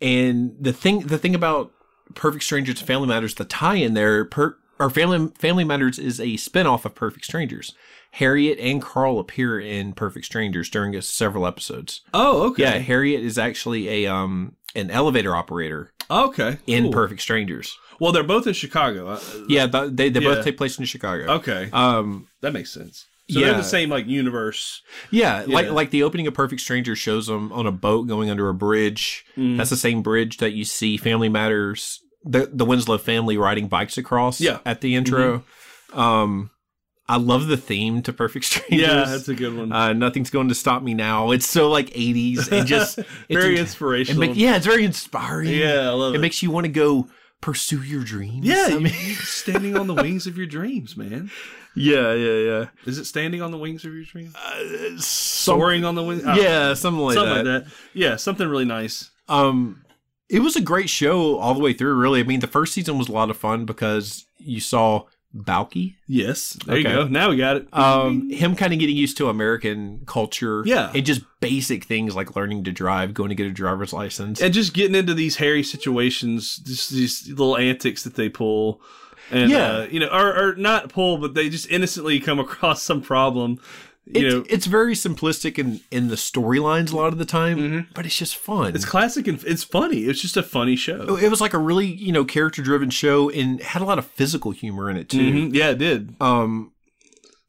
and the thing, the thing about Perfect Strangers to Family Matters, the tie-in there, per, or Family Family Matters is a spinoff of Perfect Strangers. Harriet and Carl appear in Perfect Strangers during uh, several episodes. Oh, okay. Yeah, Harriet is actually a um an elevator operator Okay. in cool. Perfect Strangers. Well, they're both in Chicago. I- Yeah, th- they they Yeah. both take place in Chicago. Okay. Um, that makes sense. So they're Yeah. the same like universe. Yeah, like Yeah. like the opening of Perfect Stranger shows them on a boat going under a bridge. Mm. That's the same bridge that you see Family Matters, the the Winslow family riding bikes across. Yeah. Mm-hmm. at the intro. Um, I love the theme to Perfect *laughs* Strangers. Yeah, that's a good one. Uh, nothing's going to stop me now. It's so like eighties and *laughs* just it's Very in- inspirational. It make- yeah, it's very inspiring. Yeah, I love it. makes you want to go pursue your dreams. yeah, I *laughs* you- *laughs* mean- you're standing on the wings of your dreams, man. yeah, yeah, yeah. Is it standing on the wings of your dreams? Uh, Some- Soaring on the wings. I don't yeah, know. something like something that. like that. Yeah, something really nice. Um, it was a great show all the way through. Really, I mean, the first season was a lot of fun because you saw Balky. Yes, there you Okay. go. Now we got it. Um, him kind of getting used to American culture, Mm-hmm. Yeah. and just basic things like learning to drive, going to get a driver's license. and just getting into these hairy situations, just these little antics that they pull. And, Yeah. uh, you know, or, or not pull, but they just innocently come *laughs* across some problem. You it's, know, it's very simplistic in in the storylines a lot of the time, but it's just fun. Mm-hmm. it's classic and it's funny. It's just a funny show. it was like a really you know character driven show and had a lot of physical humor in it too. Mhm. Yeah, it did. um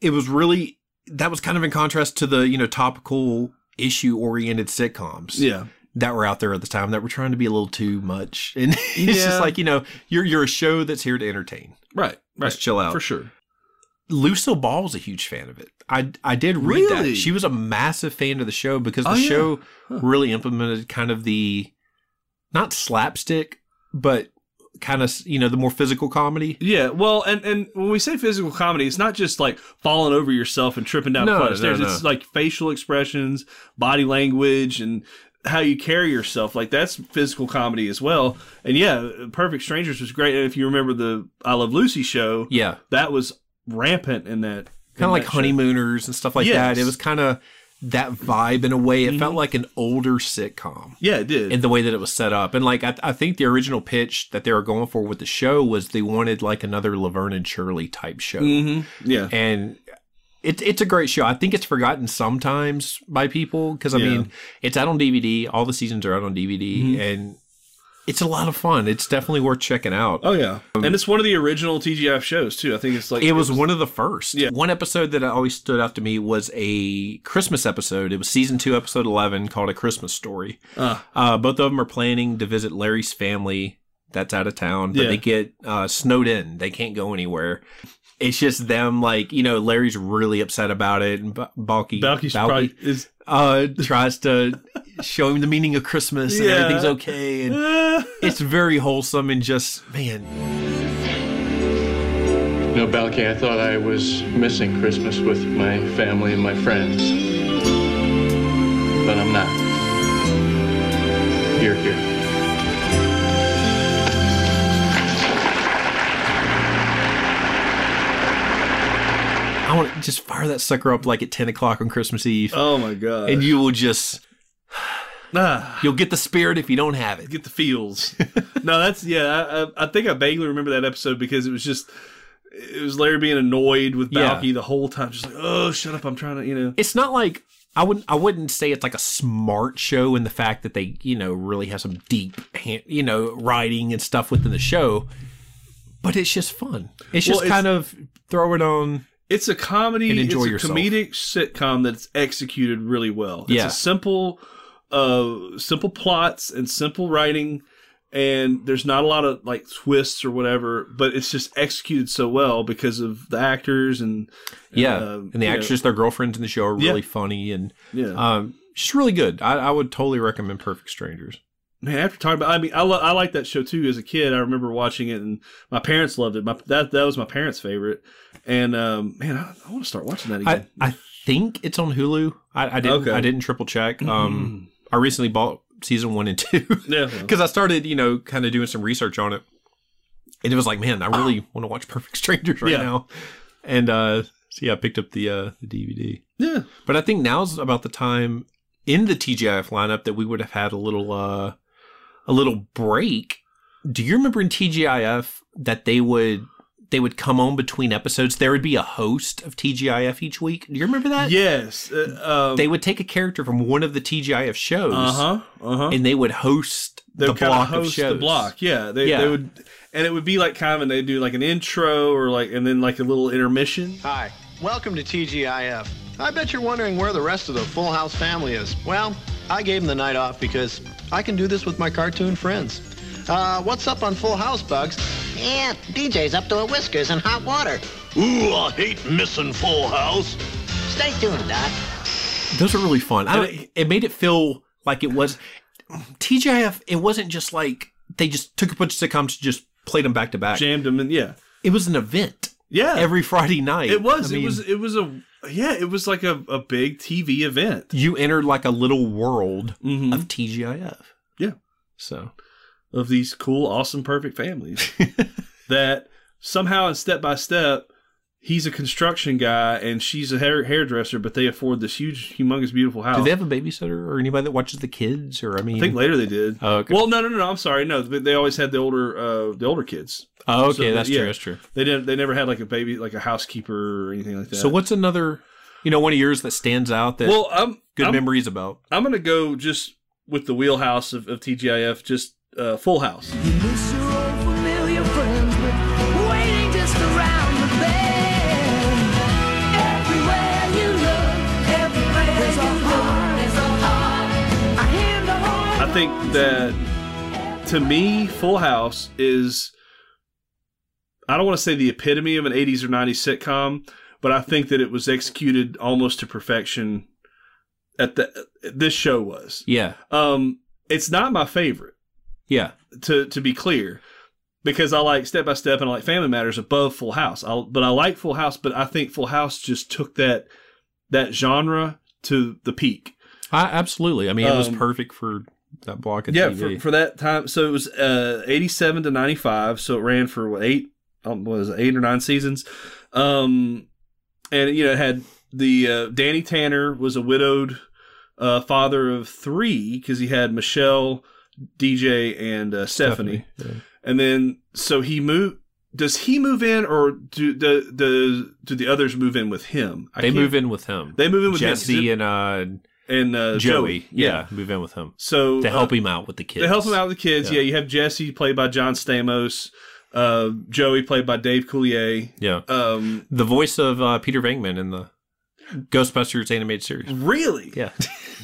it was really that was kind of in contrast to the you know topical issue oriented sitcoms Yeah. that were out there at the time that were trying to be a little too much *laughs* and it's just Yeah. like you know you're you're a show that's here to entertain Right. Right. Let's chill out. For sure. Lucille Ball was a huge fan of it. I I did read Really? that she was a massive fan of the show because the Oh, yeah. show Huh. really implemented kind of the not slapstick, but kind of you know the more physical comedy. Yeah, well, and and when we say physical comedy, it's not just like falling over yourself and tripping down No, a flight of no, stairs. no. It's like facial expressions, body language, and how you carry yourself. Like that's physical comedy as well. And yeah, Perfect Strangers was great. And if you remember the I Love Lucy show, Yeah. that was rampant in that kind of in like that show. honeymooners and stuff like Yes. Mm-hmm. that. It was kind of that vibe in a way. It felt like an older sitcom. Yeah, it did. In the way that it was set up, and like I, I think the original pitch that they were going for with the show was they wanted like another Laverne and Shirley type show. Mhm, Yeah, and it's it's a great show. I think it's forgotten sometimes by people because I Yeah. mean it's out on DVD. All the seasons are out on DVD, Mhm. and it's a lot of fun. It's definitely worth checking out. Oh yeah, and it's one of the original TGF shows too. I think it's like it was one of the first. Yeah. One episode that always stood out to me was a Christmas episode. It was season two, episode 11, called A Christmas Story. Uh. Uh, both of them are planning to visit Larry's family that's out of town, but Yeah. they get uh, snowed in. They can't go anywhere. It's just them, like, you know, Larry's really upset about it. And B- Balky, Balky's Balky, probably- is- uh, tries to show him the meaning of Christmas and Yeah. everything's okay. And it's very wholesome and just, man, No, Balky, I thought I was missing Christmas with my family and my friends. But I'm not. You're here. I want to just fire that sucker up like at 10 o'clock on Christmas Eve. Oh my god! And you will just, Ah. you'll get the spirit if you don't have it. Get the *laughs* feels. no, that's yeah. I, I, I think I vaguely remember that episode because it was just it was Larry being annoyed with Yeah. Balky the whole time, just like, oh, shut up, I'm trying to, you know. It's not like, I wouldn't, I wouldn't say it's like a smart show in the fact that they, you know, really have some deep, hand, you know, writing and stuff within the show, but it's just fun. It's just Well, kind of throw it on. It's a comedy. And enjoy it's a yourself. comedic sitcom that's executed really well. It's Yeah. a simple, uh, simple plots and simple writing, and there's not a lot of like twists or whatever, but it's just executed so well because of the actors and Yeah. uh, and the you know. actors, their girlfriends in the show are Yeah. really funny and, Yeah. um, just really good. I, I would totally recommend Perfect Strangers. Man, after talking about, I mean, I, lo- I like that show too. As a kid, I remember watching it, and my parents loved it. My that that was my parents' favorite. And um, man, I, I want to start watching that I, again. I think it's on Hulu. I, I didn't Okay. Mm-hmm. I didn't triple check. Um, I recently bought season one and two *laughs* yeah, because I started you know kind of doing some research on it, and it was like, man, I really *gasps* want to watch Perfect Strangers right Yeah. now. And uh, so yeah, I picked up the uh, the DVD. Yeah, but I think now's about the time in the TGIF lineup that we would have had a little uh, a little break. Do you remember in TGIF that they would they would come on between episodes? There would be a host of TGIF each week. Do you remember that? yes, uh, um, They would take a character from one of the TGIF shows, Uh-huh, uh-huh. and they would host they the would kinda block host of shows. The block, yeah. They Yeah. they would, and it would be like kind of, and they do like an intro or like, and then like a little intermission. Hi, welcome to TGIF. I bet you're wondering where the rest of the Full House family is. Well, I gave them the night off because I can do this with my cartoon friends. Uh, what's up on Full House, Bugs? Yeah, DJ's up to her whiskers in hot water. Ooh, I hate missing Full House. Stay tuned, Doc. Those are really fun. I don't, it made it feel like it was TGIF. It wasn't just like they just took a bunch of sitcoms and just played them back to back, jammed them, and yeah, it was an event. Yeah, every Friday night. It was, I it mean, was, it was a, yeah, it was like a, a big TV event. You entered like a little world of TGIF. Mm-hmm. Yeah. So, of these cool, awesome, *laughs* perfect families that somehow in step by step, he's a construction guy and she's a hair- hairdresser, but they afford this huge, humongous, beautiful house. Do they have a babysitter or anybody that watches the kids? Or I mean, Oh. I think later they did. Oh, okay. Well, no, no, no. no, I'm sorry. No, but they always had the older, uh, the older kids. Oh, okay, they- that's true, that's true. They didn't. They never had like a baby, like a housekeeper or anything like that. So what's another, you know, one of yours that stands out that Well, I'm- good I'm- memories about? I'm gonna go just with the wheelhouse of, of TGIF, just uh, Full House. Miss your old familiar friends, but waiting just around the bend. Everywhere you look, everywhere there's you a look, there's a heart. I hear the heart. I think that to me, Full House is I don't want to say the epitome of an 80s or 90s sitcom, but I think that it was executed almost to perfection at the this show was. Yeah. Um, it's not my favorite. Yeah. To to be clear, because I like Step by Step and I like Family Matters above Full House. I, but I like Full House, but I think Full House just took that that genre to the peak. I, absolutely. I mean, it was Um, perfect for that block of yeah, TV. for, for that time. So it was uh, 87 to 95. So it ran for what, eight, um, what is it, eight or nine seasons. Um, and, you know, it had the uh, Danny Tanner was a widowed uh, father of three because he had Michelle, DJ, and uh, Stephanie. And then, so he moved. Does he move in, or do the the do the others move in with him? I they can't- move in with him. They move in with him. Jesse and uh and uh, Joey. Joey. Yeah, move in with him. So to help uh, him out with the kids. They help him out with the kids. Yeah, you have Jesse played by John Stamos, uh, Joey played by Dave Coulier. Yeah. Um, the voice of uh, Peter Venkman in the Ghostbusters animated series. Mm. Really? Yeah.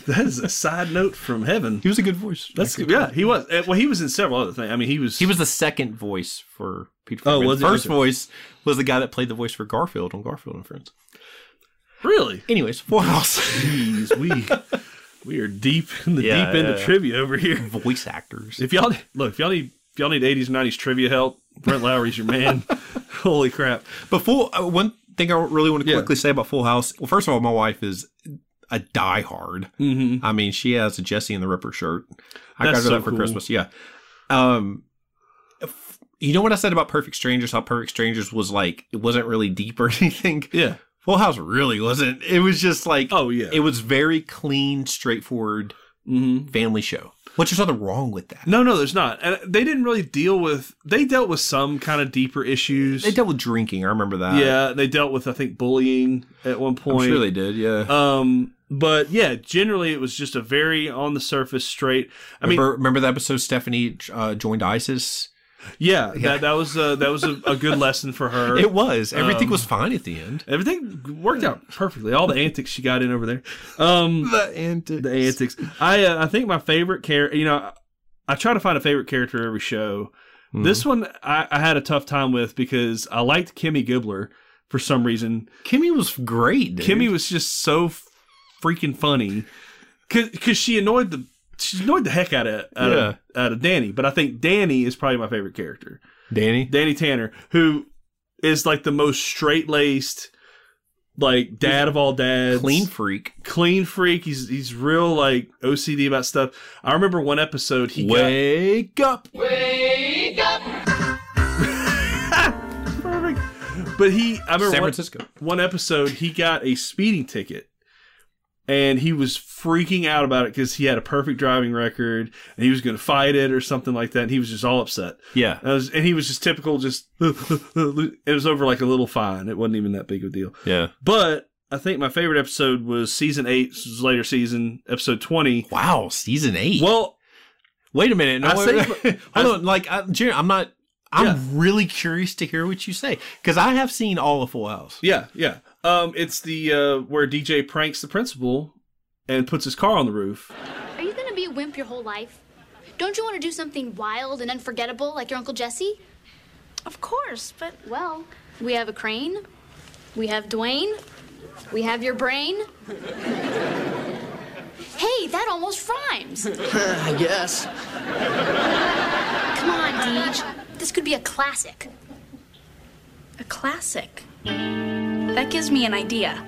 that is a side note from heaven. He was a good voice. That's yeah. He was. Uh, Well, he was in several other things. I mean, he was He was the second voice for Peter. Oh, Venkman. was he? first Okay. voice was the guy that played the voice for Garfield on Garfield and Friends. really. Anyways, Full House. Jeez, we *laughs* we are deep in the Yeah, deep end of yeah. trivia over *laughs* here. Voice actors. If y'all look, if y'all need if y'all need eighties nineties trivia help, Brent Lowry's *laughs* your man. Holy crap! But Full uh, one thing I really want to quickly say about Full House. Well, first of all, my wife is a diehard. Mm-hmm. I mean, she has a Jesse and the Ripper shirt. I got That's her so that for cool. Christmas. Yeah. Um, if- you know what I said about Perfect Strangers? How Perfect Strangers was like it wasn't really deep or *laughs* anything. Yeah. Full House really wasn't. It was just like oh yeah, it was very clean, straightforward family show. Which there's nothing wrong with that. No, no, there's not. And they didn't really deal with. They dealt with some kind of deeper issues. They dealt with drinking. I remember that. yeah, they dealt with I think bullying at one Uh, I'm point. sure they did. Yeah. Um, but yeah, generally it was just a very on the surface straight. I mean, remember, remember the episode Stephanie uh, joined ISIS? yeah, Yeah. that that was a, that was a, *laughs* a good lesson for her. It was. Everything Um, was fine at the end. Everything worked out perfectly. All the antics she got in over there. *laughs* Um, the antics. The antics. I uh, I think my favorite character. You know, I, I try to find a favorite character every show. Hmm. This one I, I had a tough time with because I liked Kimmy Gibbler for some reason. Kimmy was great. dude. Kimmy was just so f- freaking funny because she annoyed the she annoyed the heck out of out, of, out of Danny. But I think Danny is probably my favorite character. Danny? Danny Tanner, who is like the most straight laced, like dad of all dads, Clean freak. clean freak. He's he's real like OCD about stuff. I remember one episode he wake up, Wake up! perfect. But he, I remember San one- Francisco. One episode, he got a speeding ticket, and he was freaking out about it because he had a perfect driving record, and he was going to fight it or something like that. And he was just all upset. Yeah. And, I was- and he was just typical. Just *laughs* it was over like a little fine. It wasn't even that big of a deal. Yeah. But I think my favorite episode was season eight, this was later season, episode twenty. Wow, season eight. Well, wait a minute. No, I wait, saved- wait. *laughs* hold on. Like, I, Jerry, I'm not. I'm really curious to hear what you say because I have seen all of Full House. Yeah, yeah. Um, it's the uh, where DJ pranks the principal and puts his car on the roof. Are you gonna be a wimp your whole life? Don't you want to do something wild and unforgettable like your Uncle Jesse? Of course, but. Well, we have a crane, we have Dwayne, we have your brain. hey, that almost *laughs* rhymes! I guess. Come on, Deej. This could be a classic. A classic. That gives me an idea.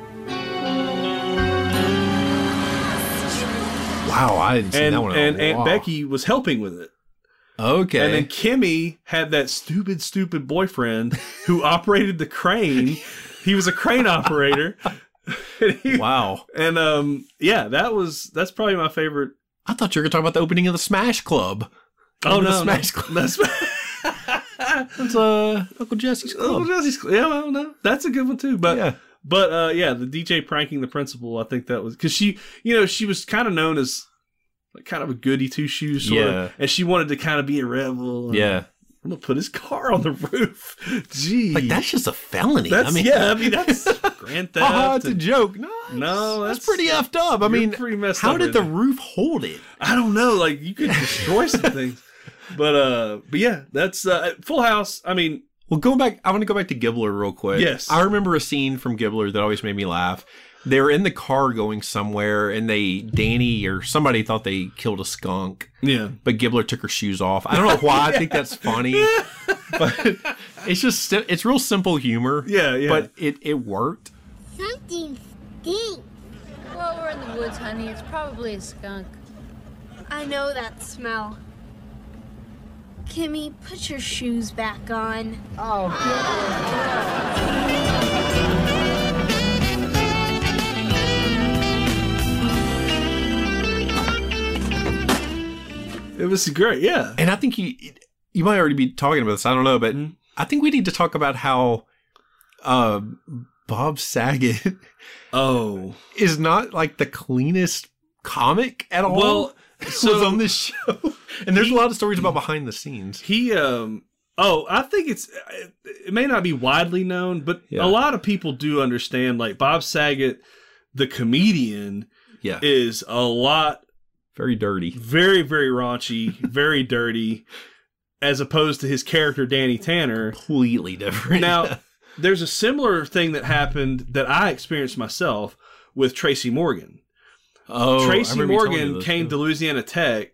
Wow, I hadn't seen and, that one. in a And Aunt while. Eh? Becky was helping with it. Okay. And then Kimmy had that stupid, stupid boyfriend *laughs* who operated the crane. He was a crane operator. wow. And um, yeah, that was that's probably my favorite. *laughs* I thought you were going to talk about the opening of the Smash Club. Oh Remember no, the Smash no. Club. That's, That's uh, Uncle Jesse's Club. Uncle Jesse's Club. Yeah, well, no, that's a good one too. But but uh, yeah, the DJ pranking the principal. I think that was because she, you know, she was kind of known as like kind of a goody two shoes sort Yeah. of, and she wanted to kind of be a rebel. and Yeah. I'm gonna put his car on the roof. *laughs* Gee, Like that's just a felony. That's, I mean, yeah, *laughs* I mean that's *laughs* grand theft. Haha, it's a and- joke. No, No, that's, that's pretty effed up. I you're mean, pretty messed how up did right the there. roof hold it? I don't know. *laughs* Like you could destroy some things, but uh, but yeah, that's uh, Full House. I mean, Well, going back, I want to go back to Gibbler real quick. Yes. I remember a scene from Gibbler that always made me laugh. They were in the car going somewhere, and they, Danny or somebody, thought they killed a skunk. Yeah. But Gibbler took her shoes off. I don't know why. I think that's *laughs* funny. But it's just, si- it's real simple humor. Yeah, yeah. But it, it worked. Something stinks. Well, we're in the woods, honey. It's probably a skunk. I know that smell. Kimmy, put your shoes back on. Oh, It was great, yeah. And I think you you might already be talking about this. I don't know, but I think we need to talk about how uh, Bob Saget *laughs* oh is not like the cleanest comic at all. *laughs* Well, was on this *laughs* show, and there's a lot of stories about behind the scenes. He um oh, I think it's it- it may not be widely known, but Yeah. a lot of people do understand like Bob Saget the comedian Yeah. is a lot very dirty. Very very raunchy, very dirty as opposed to his character Danny Tanner. Completely different. *laughs* Now, there's a similar thing that happened that I experienced myself with Tracy Morgan. Oh, I Tracy remember you telling me Morgan this, came to Louisiana Tech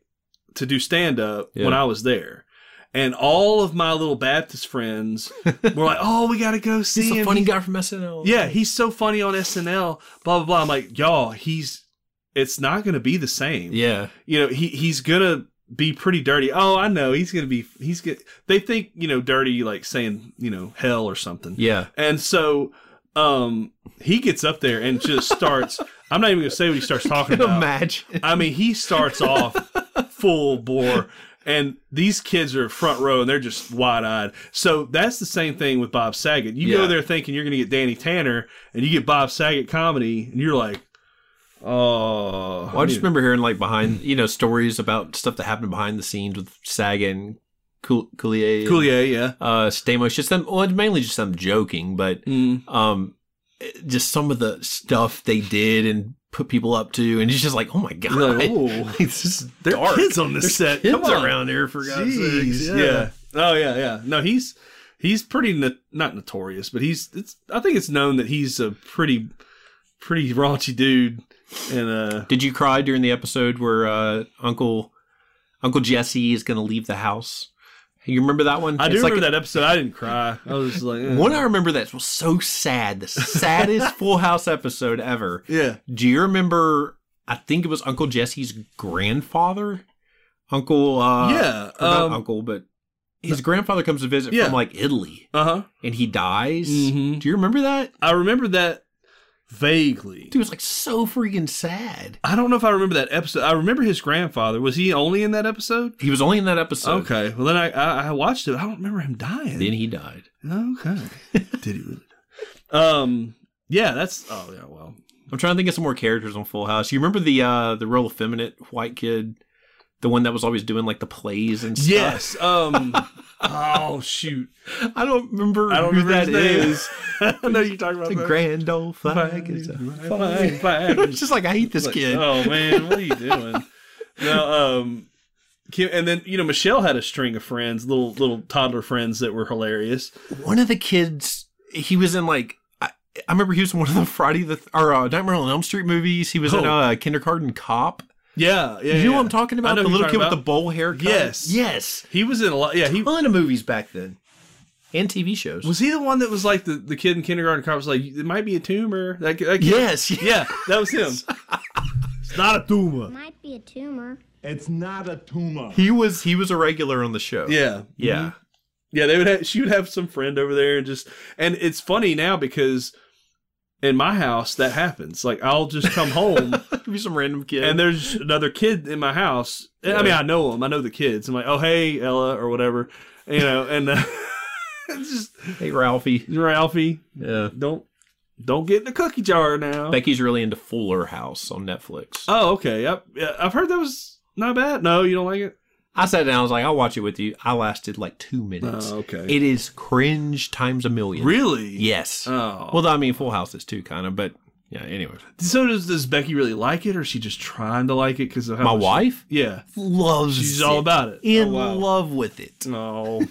to do stand up Yeah. when I was there. And all of my little Baptist *laughs* friends were like, "Oh, we gotta go see He's a him. funny guy from SNL. Yeah, he's so funny on SNL." Blah blah blah. I'm like, "Y'all, he's it's not gonna be the same." Yeah. you know he he's gonna be pretty dirty. Oh, I know he's gonna be he's gonna. They think you know dirty like saying you know hell or something. *laughs* Yeah. And so um he gets up there and just starts *laughs* I'm not even gonna say what he starts talking about. *laughs* Imagine. I mean, he starts off full bore and these kids are front row and they're just wide eyed. So that's the same thing with Bob Saget. You Yeah. go there thinking you're gonna get Danny Tanner and you get Bob Saget comedy and you're like, Oh Well, I just remember hearing like behind, you know, stories about stuff that happened behind the scenes with Sagan, and Coul- Coulier, Coulier, yeah, uh, Stamos. Just them, well, mainly just them joking, but um, it- just some of the stuff they did and put people up to, and it's just like, oh my god, *laughs* like, *laughs* it's just There are dark. kids on this There's set. kids Come on. around here for God's Jeez, sakes. Yeah. Oh yeah, yeah. No, he's he's pretty no- not notorious, but he's it's I think it's known that he's a pretty pretty raunchy dude. And uh Did you cry during the episode where uh, Uncle Uncle Jesse is going to leave the house? You remember that one? I do It's like remember a- that episode. I didn't cry. I was just like, eh. One I remember that was so sad, the *laughs* saddest Full House episode ever. Yeah. Do you remember? I think it was Uncle Jesse's grandfather, Uncle. Uh, Yeah, or not um, Uncle, but his grandfather comes to visit Yeah. Mm-hmm. from like Italy, uh huh, and he dies. Do you remember that? I remember that vaguely. Dude, it was like so freaking sad. I don't know if I remember that episode. I remember his grandfather. Was he only in that episode? He was only in that episode. Okay. Well, then I I, I watched it. I don't remember him dying. Then he died. Okay. *laughs* Did he really? Um. Yeah. That's. Oh yeah. Well. I'm trying to think of some more characters on Full House. You remember the uh the real effeminate white kid, the one that was always doing like the plays and stuff. Yes. *laughs* Um. oh shoot. I don't remember. I don't who remember that is. *laughs* I know you're talking about The that. *laughs* grand old flag is a flag. It's just like I hate this Like, kid. Oh man, what are you doing? no. Um. Kim, and then you know Michelle had a string of friends, little little toddler friends that were hilarious. One of the kids, he was in like. I I remember he was in one of the Friday the or uh, Nightmare on Elm Street movies. He was in Oh. uh, Kindergarten Cop. Yeah, yeah. you know yeah. what I'm talking I about? know The who you're little kid talking with the about. bowl haircut. Yes. yes. He was in a lot. Yeah, he ton of movies back then, and TV shows. *laughs* Was he the one that was like the, the kid in kindergarten? Cop was like, "It might be a tumor." That, that kid- Yes. yeah, that was him. it's not a tumor. Might be a tumor. It's not a tumor. He was he was a regular on the show. *laughs* Yeah. Yeah. Mhm. Yeah, they would. Have, she would have some friend over there, and just and it's funny now because in my house that happens. Like I'll just *laughs* come home Could be some random kid. and there's another kid in my house. And, I Yeah. mean, I know him. I know the kids. I'm like, oh hey Ella or whatever, you know. And uh, *laughs* hey Ralphie, Ralphie, yeah, don't don't get in the cookie jar now. Becky's really into Fuller House on Netflix. Oh, okay. I, yeah, I've heard that was not bad. No, you don't like it. I sat down. I was like, I'll watch it with you. I lasted like two minutes. Oh, okay. It is cringe times a million. Really? Yes. Oh. Well, I mean, Full House is too kind of, but Yeah. Anyway, So does, does Becky really like it, or is she just trying to like it because of how My much- wife? yeah, loves. She's all about it. In Oh, wow. love with it. No.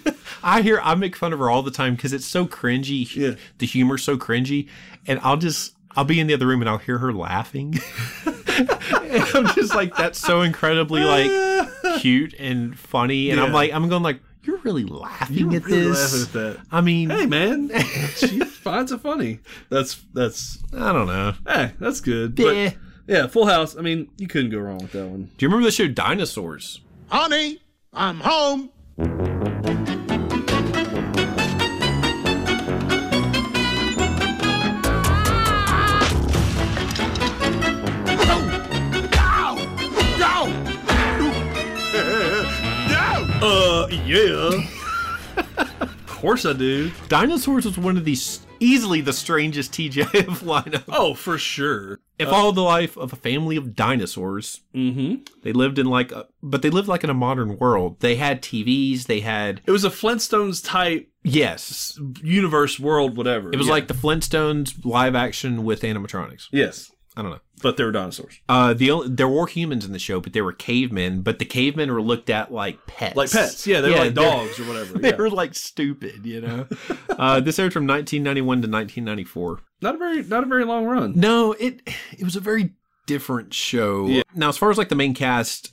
I hear I make fun of her all the time because it's so cringy. The humor's so cringy, and I'll just I'll be in the other room and I'll hear her laughing. *laughs* and I'm just like that's so incredibly *laughs* like cute and funny, and I'm Yeah. like I'm going like you're really laughing You're at really this. laughing at that. I mean, *laughs* Hey man, she finds it funny. That's that's I don't know. Hey, that's good. But, Yeah. yeah, Full House. I mean, you couldn't go wrong with that one. Do you remember the show Dinosaurs? Honey, I'm home. Uh, *laughs* yeah. Of course I do. Dinosaurs was one of the s- easily the strangest TGIF lineup. Oh, for sure. It Uh, followed the life of a family of dinosaurs. Mm-hmm. They lived in like, a, but they lived like in a modern world. They had TVs. They had. It was a Flintstones type. Yes. Universe, world, whatever. It was Yeah. like the Flintstones live action with animatronics. Yes. I don't know. But they were dinosaurs. Uh, the only, there were humans in the show, but they were cavemen. But the cavemen were looked at like pets, Like pets. Yeah, they were like dogs or *laughs* *laughs* whatever. They Yeah. were like stupid, you know. *laughs* uh, this aired from 1991 to 1994. Not a very, not a very long run. No, it it was a very different show. Now, as far as like the main cast,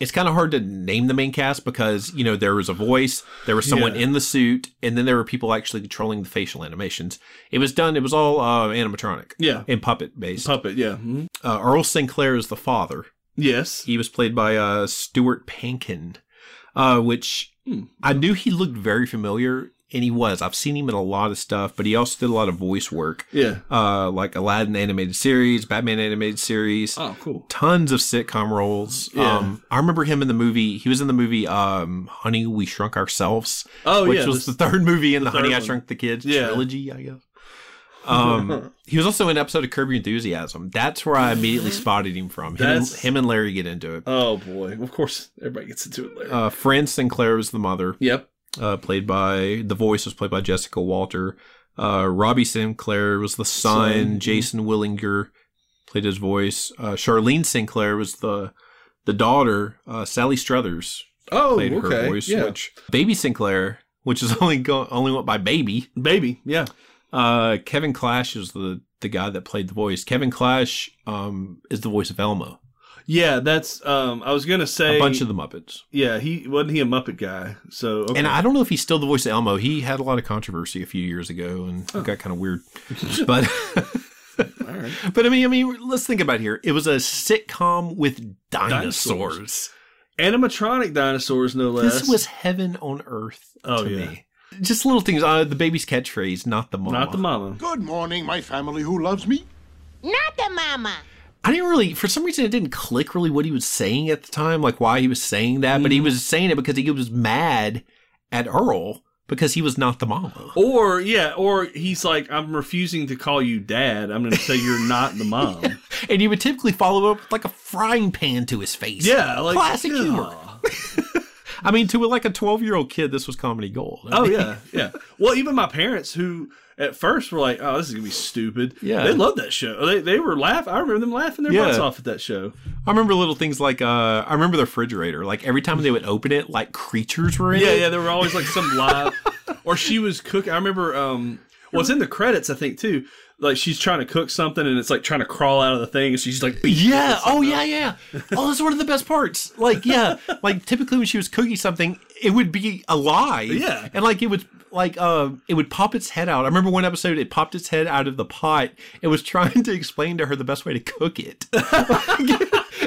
it's kind of hard to name the main cast because you know there was a voice, there was someone Yeah. in the suit, and then there were people actually controlling the facial animations. It was done. It was all uh, animatronic. Yeah. and puppet based. Puppet. Yeah. Mhm. Uh, Earl Sinclair is the father. Yes. He was played by uh, Stuart Pankin, uh, which Hmm. I knew he looked very familiar, and he was. I've seen him in a lot of stuff, but he also did a lot of voice work. Yeah. Uh, like Aladdin animated series, Batman animated series. Oh, cool. Tons of sitcom roles. Yeah. Um, I remember him in the movie. He was in the movie um, Honey, We Shrunk Ourselves. Oh, Which yeah, was this- the third movie in the, the Honey, third I one. Shrunk the Kids Yeah. trilogy, I guess. *laughs* Um, he was also in an episode of Curb Your Enthusiasm. That's where I immediately spotted him from. Him, and, That's- him and Larry get into it. Oh boy. Of course, everybody gets into it later. Uh, Fran Sinclair was the mother. Yep. Uh, played by the voice was played by Jessica Walter. Uh, Robbie Sinclair was the son. Son. Jason Willinger played his voice. Uh, Charlene Sinclair was the the daughter. Uh, Sally Struthers Oh, played okay, her voice. yeah. Which Baby Sinclair, which is *laughs* only go, only went by Baby. Baby. Yeah. Uh, Kevin Clash is the the guy that played the voice. Kevin Clash um, is the voice of Elmo. Yeah. That's. Um. I was gonna say A bunch of the Muppets. Yeah. He wasn't he a Muppet guy. So. Okay. And I don't know if he's still the voice of Elmo. He had a lot of controversy a few years ago, and Oh. it got kind of *laughs* weird. But, *laughs* but I mean, I mean, let's think about it here. It was a sitcom with dinosaurs. Animatronic dinosaurs, no less. This was heaven on earth Oh, to yeah. me. Just little things. Uh, the baby's catchphrase, not the mama. Not the mama. Good morning, my family who loves me. Not the mama. I didn't really, for some reason, it didn't click really what he was saying at the time, like why he was saying that. Mm. But he was saying it because he was mad at Earl because he was not the mama. Or yeah, or he's like, I'm refusing to call you dad. I'm going to say you're not *laughs* the mom. yeah. And he would typically follow up with like a frying pan to his face. like classic yeah. humor. I mean, to like a twelve-year-old kid, this was comedy gold. Oh yeah, yeah. Well, even my parents who at first were like, "Oh, this is gonna be stupid." Yeah. they loved that show. They they were laughing. I remember them laughing their Yeah. butts off at that show. I remember little things like uh, I remember the refrigerator. Like every time they would open it, like creatures were in Yeah, it. yeah. There were always like some live, or she was cooking. I remember. um well, it's in the credits, I think, too. Like she's trying to cook something, and it's like trying to crawl out of the thing, and she's like, Yeah. Oh, yeah, yeah. Oh, that's one of the best parts. Like, *laughs* yeah. Like, typically when she was cooking something, it would be alive. Yeah. And like it would like uh, it would pop its head out. I remember one episode it popped its head out of the pot. It was trying to explain to her the best way to cook it.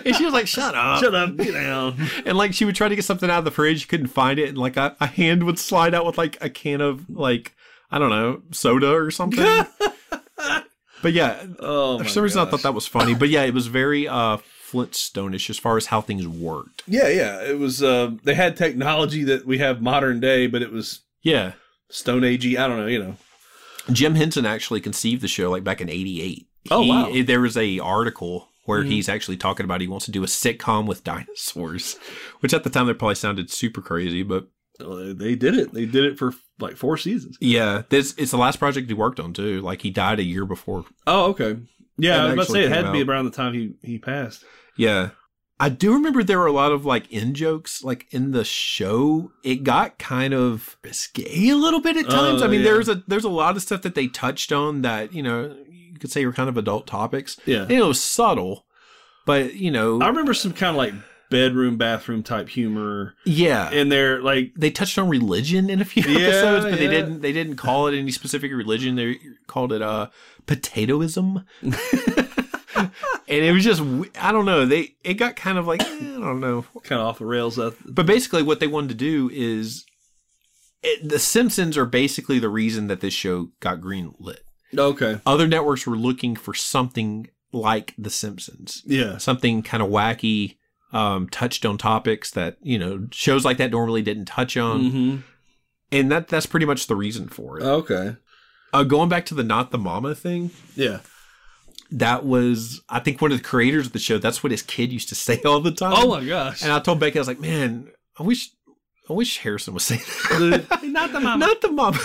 *laughs* and she was like, "Shut up, "Shut up, *laughs* get down." And like she would try to get something out of the fridge, couldn't find it, and like a, a hand would slide out with like a can of like I don't know soda or something. *laughs* but yeah, Oh for some reason I thought that was funny. But yeah, it was very uh, Flintstone-ish as far as how things worked. Yeah, yeah. It was. Uh, they had technology that we have modern day, but it was Yeah, Stone Agey. I don't know. You know. Jim Henson actually conceived the show like back in '88. Oh, wow. There was a article where Mhm. he's actually talking about he wants to do a sitcom with dinosaurs, *laughs* which at the time they probably sounded super crazy, but Well, they- uh, they did it. They did it for like four seasons. yeah, this it's the last project he worked on too. Like he died a year before. Oh, okay. Yeah, I was That about to actually say it had came to be out. around the time he he passed. Yeah. I do remember there were a lot of like in jokes, like in the show. It got kind of risque a little bit at times. Oh, I mean, yeah. there's a there's a lot of stuff that they touched on that you know you could say were kind of adult topics. Yeah. And it was subtle, but you know, I remember some kind of like bedroom bathroom type humor. yeah. And they're like they touched on religion in a few Yeah, episodes, but they yeah. didn't they didn't call it any specific religion. They called it uh *laughs* potatoism. and it was just w- I don't know. They it got kind of like eh, I don't know, kind of off the rails. But basically, what they wanted to do is it, the Simpsons are basically the reason that this show got greenlit. Okay. Other networks were looking for something like the Simpsons. Yeah. something kind of wacky. Um, touched on topics that you know shows like that normally didn't touch on Mhm. and that that's pretty much the reason for it. Okay. Uh, going back to the not the mama thing, Yeah. that was I think one of the creators of the show. That's what his kid used to *laughs* say all the time. Oh my gosh. And I told Becky, I was like, man, I wish, I wish Harrison was saying that. Not the mama. Not the mama.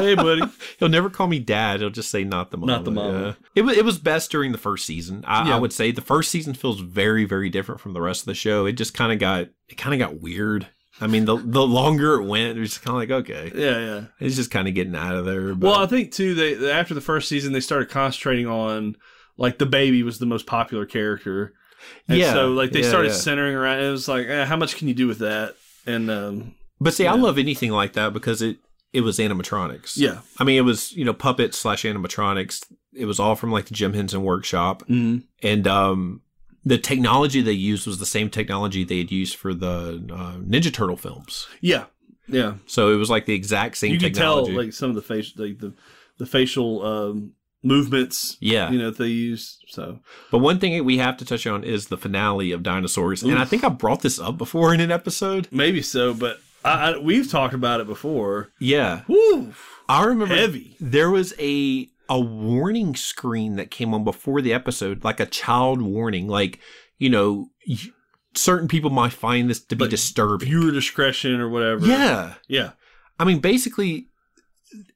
hey, buddy. *laughs* He'll never call me dad. He'll just say not the mama. Not the mama. Yeah. It was it was best during the first season. I, Yeah. I would say the first season feels very very different from the rest of the show. It just kind of got it kind of got weird. I mean, the the longer it went, it was kind of like okay, *laughs* Yeah, yeah. it's just kind of getting out of there. But Well, I think too they they- after the first season they started concentrating on like the baby was the most popular character. And Yeah, So like they yeah, started yeah. centering around. It was like eh, how much can you do with that? And um, But see, I love anything like that because it it was animatronics. Yeah. I mean, it was you know puppets slash animatronics. It was all from like the Jim Henson workshop, Mhm. and um, the technology they used was the same technology they had used for the uh, Ninja Turtle films. yeah, yeah. So it was like the exact same you could tell technology. like some of the face like the the facial um, movements. Yeah. you know that they use. So but one thing that we have to touch on is the finale of Dinosaurs, and I Oof. think I brought this up before in an episode. maybe so, but I, I we've talked about it before. Yeah. I remember heavy. There was a a warning screen that came on before the episode, like a child warning, like you know, y- certain people might find this to be disturbing. Viewer discretion or whatever. Yeah. yeah. I mean, basically,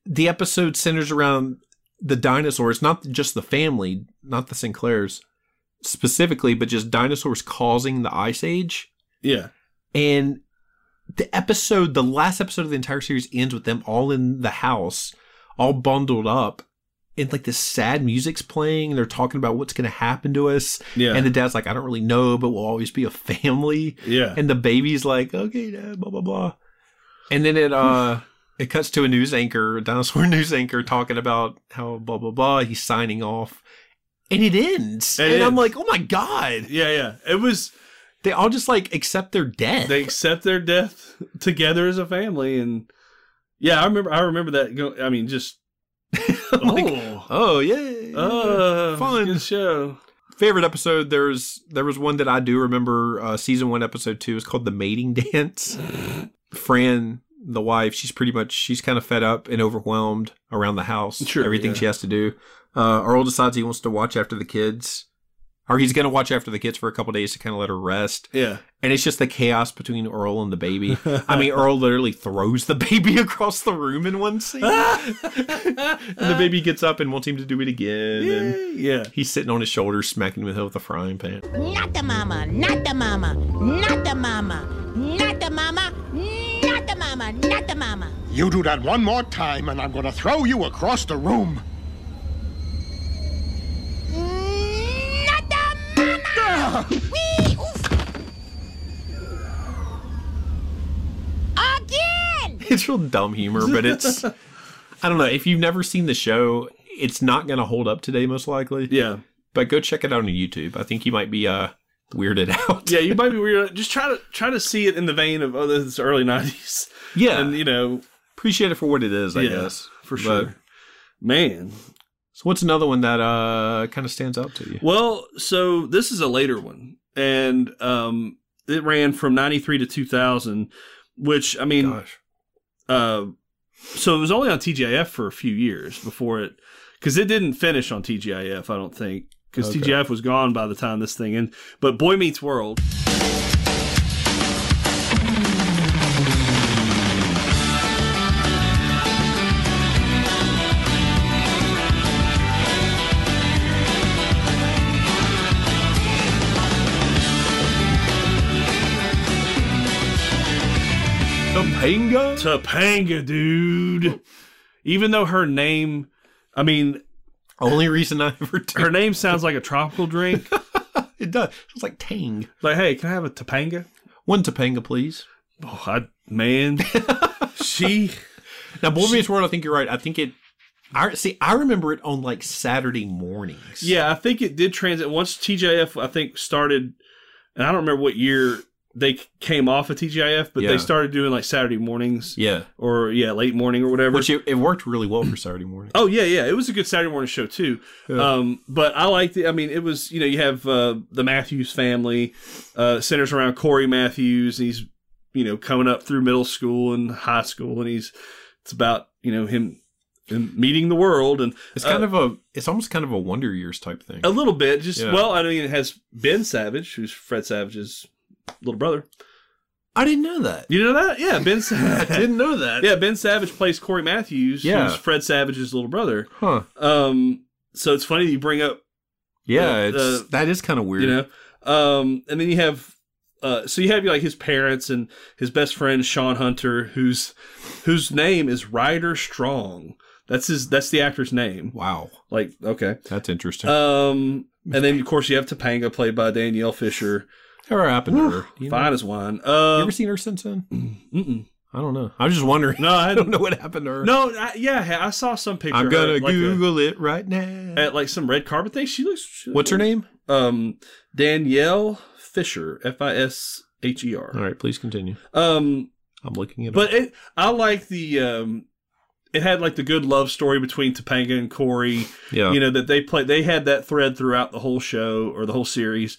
the episode centers around the dinosaurs, not just the family, not the Sinclairs specifically, but just dinosaurs causing the ice age. Yeah. And the episode, the last episode of the entire series ends with them all in the house, all bundled up. And like this sad music's playing, and they're talking about what's going to happen to us. Yeah. And the dad's like, I don't really know, but we'll always be a family. Yeah. And the baby's like, okay, dad, blah, blah, blah. And then it, uh, it cuts to a news anchor, a dinosaur *laughs* news anchor, talking about how blah, blah, blah. He's signing off. And it ends. It and I'm ends. like, oh my God. Yeah, yeah. It was. They all just like accept their death. They accept their death together as a family, and yeah, I remember. I remember that. Go, I *laughs* mean, just oh, oh yeah, uh, Fun. good show. favorite episode there's there was one that i do remember uh, season one episode two is called the mating *laughs* dance fran the wife she's pretty much she's kind of fed up and overwhelmed around the house Sure, everything yeah. she has to do uh, earl decides he wants to watch after the kids or he's going to watch after the kids for a couple days to kind of let her rest Yeah. and it's just the chaos between Earl and the baby. I *laughs* mean, Earl literally throws the baby *laughs* across the room in one *laughs* scene. and the baby gets up and wants him to do it again. And yeah. He's sitting on his shoulder, smacking him with a frying pan. *laughs* Not the mama, not the mama, not the mama, not the mama, not the mama, not the mama. You do that one more time, and I'm going to throw you across the room. Not the mama! Wee! Oof! Again! It's real dumb humor, but *laughs* it's. I don't know. If you've never seen the show, it's not going to hold up today, most likely. Yeah. But go check it out on YouTube. I think you might be uh, weirded *laughs* out. Yeah, you might be weird. Just try to try to see it in the vein of oh, this is early nineties. Yeah. and you know, appreciate it for what it is. I Yeah, guess for sure. man. So what's another one that uh kind of stands out to you? Well, so this is a later one, and um, it ran from '93 to 2000, which I mean, uh, so it was only on TGIF for a few years before it, because it didn't finish on TGIF, I don't think, because Okay. TGIF was gone by the time this thing. And but Boy Meets World. Topanga? Topanga, dude. Even though her name, I mean, only reason I ever *laughs* her name sounds like a tropical *laughs* drink. it does. It's like Tang. Like, hey, can I have a Topanga? One Topanga, please. Oh, I, *laughs* man, she. Now, Boy Meets World. I think you're right. I think it. I see. I remember it on like Saturday mornings. Yeah, I think it did transit once TJF. I think started, and I don't remember what year they c- came off of TGIF, but Yeah. they started doing like Saturday mornings. Yeah. or yeah, late morning or whatever. Which it, it worked really well for Saturday *clears throat* morning. Oh yeah, yeah. It was a good Saturday morning show too. Um, but I liked it. I mean, it was you know you have uh, the Matthews family uh, centers around Corey Matthews. And he's you know coming up through middle school and high school, and he's it's about you know him, him meeting the world and It's kind of a. It's almost kind of a Wonder Years type thing. a little bit. Just Yeah. well, I mean, it has Ben Savage, who's Fred Savage's little brother. I didn't know that. You know that? Yeah, Ben. I *laughs* didn't know that. Yeah, Ben Savage plays Corey Matthews, Yeah. who's Fred Savage's little brother. Huh. Um. So it's funny you bring up. Yeah, uh, it's, uh, that is kind of weird. you know. Um. And then you have. Uh, so you have like his parents and his best friend Sean Hunter, whose whose name is Ryder Strong. That's his. That's the actor's name. Wow. Like okay. That's interesting. Um, and then of course you have Topanga, played by Danielle Fisher. Whatever happened to her? You know? Fine as wine. Uh, you ever seen her since then? Mm-mm. I don't know. *laughs* I was just wondering. No, I, don't know what happened to her. No, I, yeah, I saw some picture. I'm of her gonna at, like, a- Google it right now. at like some red carpet thing. She looks. she looks What's her name? Um, Danielle Fisher, F I S H E R. All right, please continue. Um, I'm looking at. but it, I like the um, it had like the good love story between Topanga and Corey. Yeah. you know that they play. They had that thread throughout the whole show or the whole series.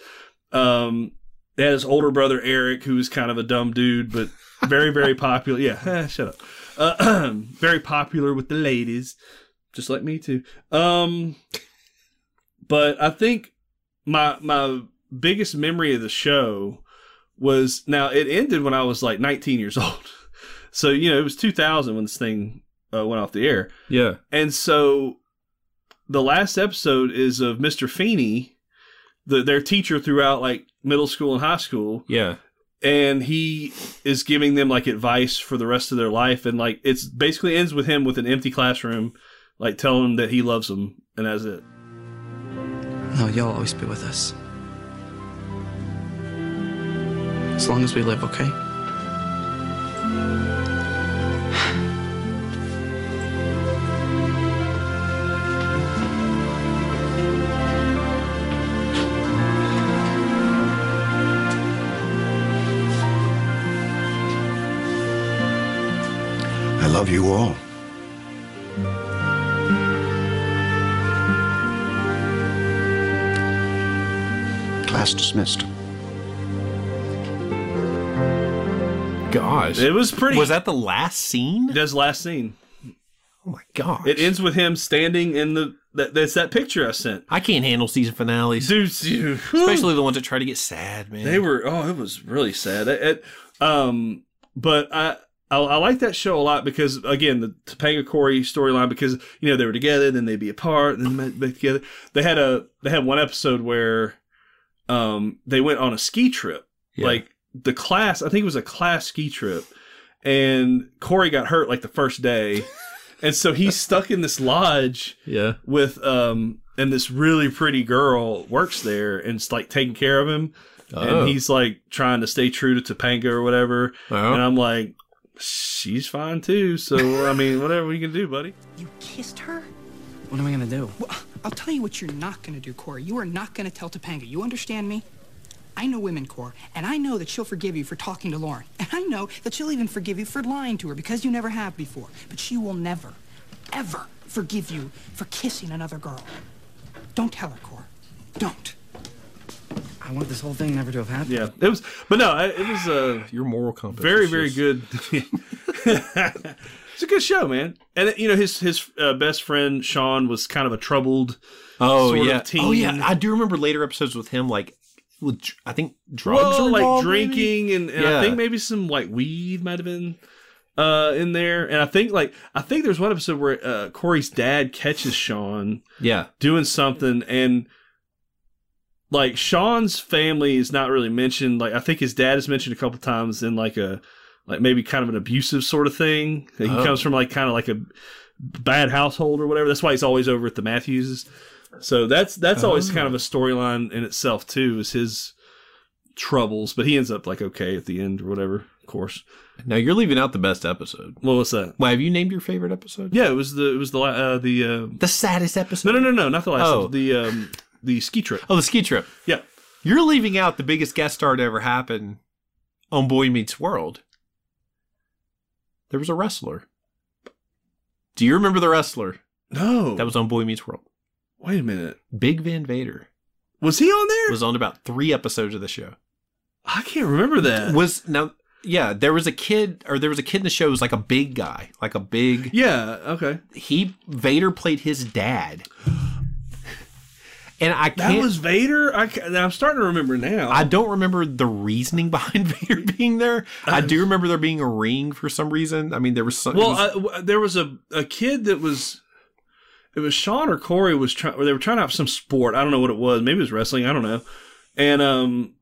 Um, they had his older brother Eric, who was kind of a dumb dude, but very very popular. Yeah, *laughs* eh, shut up. Uh, *clears throat* very popular with the ladies, just like me too. Um, but I think my my biggest memory of the show was now it ended when I was like 19 years *laughs* old. So you know it was 2000 when this thing uh, went off the air, yeah. and so the last episode is of Mr. Feeney, the, their teacher throughout like middle school and high school, Yeah. and he is giving them like advice for the rest of their life, and like it's basically ends with him with an empty classroom, like telling them that he loves them, and that's it. No, you'll always be with us. As long as we live, okay? I love you all. Class dismissed. Gosh, It was pretty. Was that the last scene? That's the last scene. Oh my gosh. It ends with him standing in the. That, that's that picture I sent. I can't handle season finales, dude. dude. Especially the ones that try to get sad, man. They were. Oh, it was really sad. It- it- um, but I. I, I like that show a lot because again the Topanga Corey storyline because you know they were together then they'd be apart then they'd be together they had a they had one episode where um they went on a ski trip Yeah. like the class I think it was a class ski trip and Corey got hurt like the *laughs* first day and so he's stuck in this lodge Yeah. with um and this really pretty girl works there and's like taking care of him Oh. and he's like trying to stay true to Topanga or whatever Oh. and I'm like she's fine too so I *laughs* mean whatever you can do buddy Kissed her? What am I gonna do? I'll tell you what you're not gonna do, Corey. You are not gonna tell Topanga. You understand me? I know women, Corey, and I know that she'll forgive you for talking to Lauren. And I know that she'll even forgive you for lying to her because you never have before. But she will never, ever forgive you for kissing another girl. Don't tell her, Corey. Don't. I want this whole thing never to have happened. yeah it was but no I- it was uh your moral compass very is very just- good *laughs* it's a good show man and you know his his uh, best friend Sean was kind of a troubled Oh sort of yeah. teen. Oh yeah. I do remember later episodes with him, like with dr- I think drugs, Well, are like involved, drinking, maybe? and, and yeah. I think maybe some like weed might have been uh, in there. And I think like I think there's one episode where uh, Corey's dad catches Sean yeah. doing something, and like Sean's family is not really mentioned. Like I think his dad is mentioned a couple times in like a like maybe kind of an abusive sort of thing. He Oh. comes from like kind of like a bad household or whatever. That's why he's always over at the Matthewses. So that's that's always Oh. kind of a storyline in itself too, is his troubles. But he ends up like okay at the end or whatever, of course. Now you're leaving out the best episode. What was that? Well, have you named your favorite episode? Yeah, it was the it was the la- uh, the uh, the saddest episode. No, no, no, no, not the last. Oh. episode, The um, the ski trip. Oh, the ski trip. Yeah. You're leaving out the biggest guest star to ever happen on Boy Meets World. There was a wrestler. Do you remember the wrestler? No. That was on Boy Meets World. Wait a minute. Big Van Vader. Was he on there? Was on about three episodes of the show. I can't remember that. Was now yeah, there was a kid or there was a kid in the show who was like a big guy. Like a big Yeah, okay. He Vader played his dad. And I That can't was Vader. I, ca- I'm starting to remember now. I don't remember the reasoning *laughs* behind Vader being there. I do remember there being a ring for some reason. I mean, there was some. well, uh, it was- I w there was a, a kid that was. It was Sean or Corey was trying. They were trying out some sport. I don't know what it was. Maybe it was wrestling. I don't know. And um,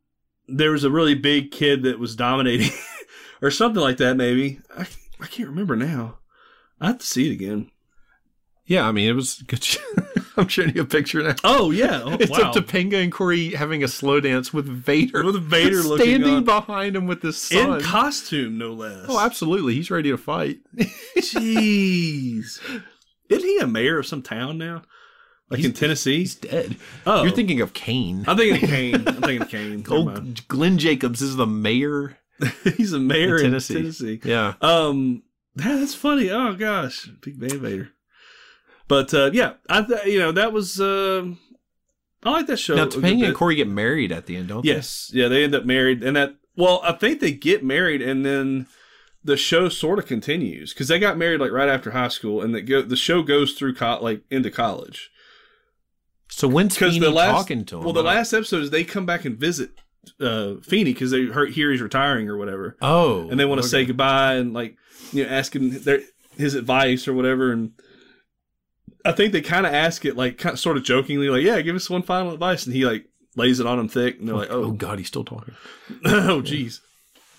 there was a really big kid that was dominating, *laughs* or something like that. Maybe I, I can't remember now. I have to see it again. yeah, I mean, it was good. *laughs* I'm showing you a picture now. Oh yeah, *laughs* Oh, it's wow. up to Topanga and Corey having a slow dance with Vader. With Vader looking standing on. behind him with his son. in costume, no less. oh, absolutely. He's ready to fight. Jeez. Isn't he a mayor of some town now? Like in Tennessee? He's dead. Oh. You're thinking of Kane. I'm thinking of Kane. I'm thinking of Kane. Never mind. *laughs* Old Glenn Jacobs is the mayor. He's a mayor in in Tennessee. Tennessee. Yeah. Um, yeah, that's funny. Oh gosh, big Van Vader. But uh, yeah, I th- you know that was um I like that show. now a good Topanga bit. and Corey get married at the end, don't Yes, yeah, they end up married, and that well, I think they get married, and then the show sort of continues because they got married like right after high school, and the go- the show goes through co- like into college. they? So when's Because Feeney the last talking to him? well, the last episode is they come back and visit uh Feeney because they heard, hear he's retiring or whatever. Oh, and they want to okay. say goodbye and like you know ask him their his advice or whatever and i think they kind of ask it like kind of, sort of jokingly like yeah give us one final advice and he like lays it on him thick and they're like oh, god he's still talking *laughs* oh jeez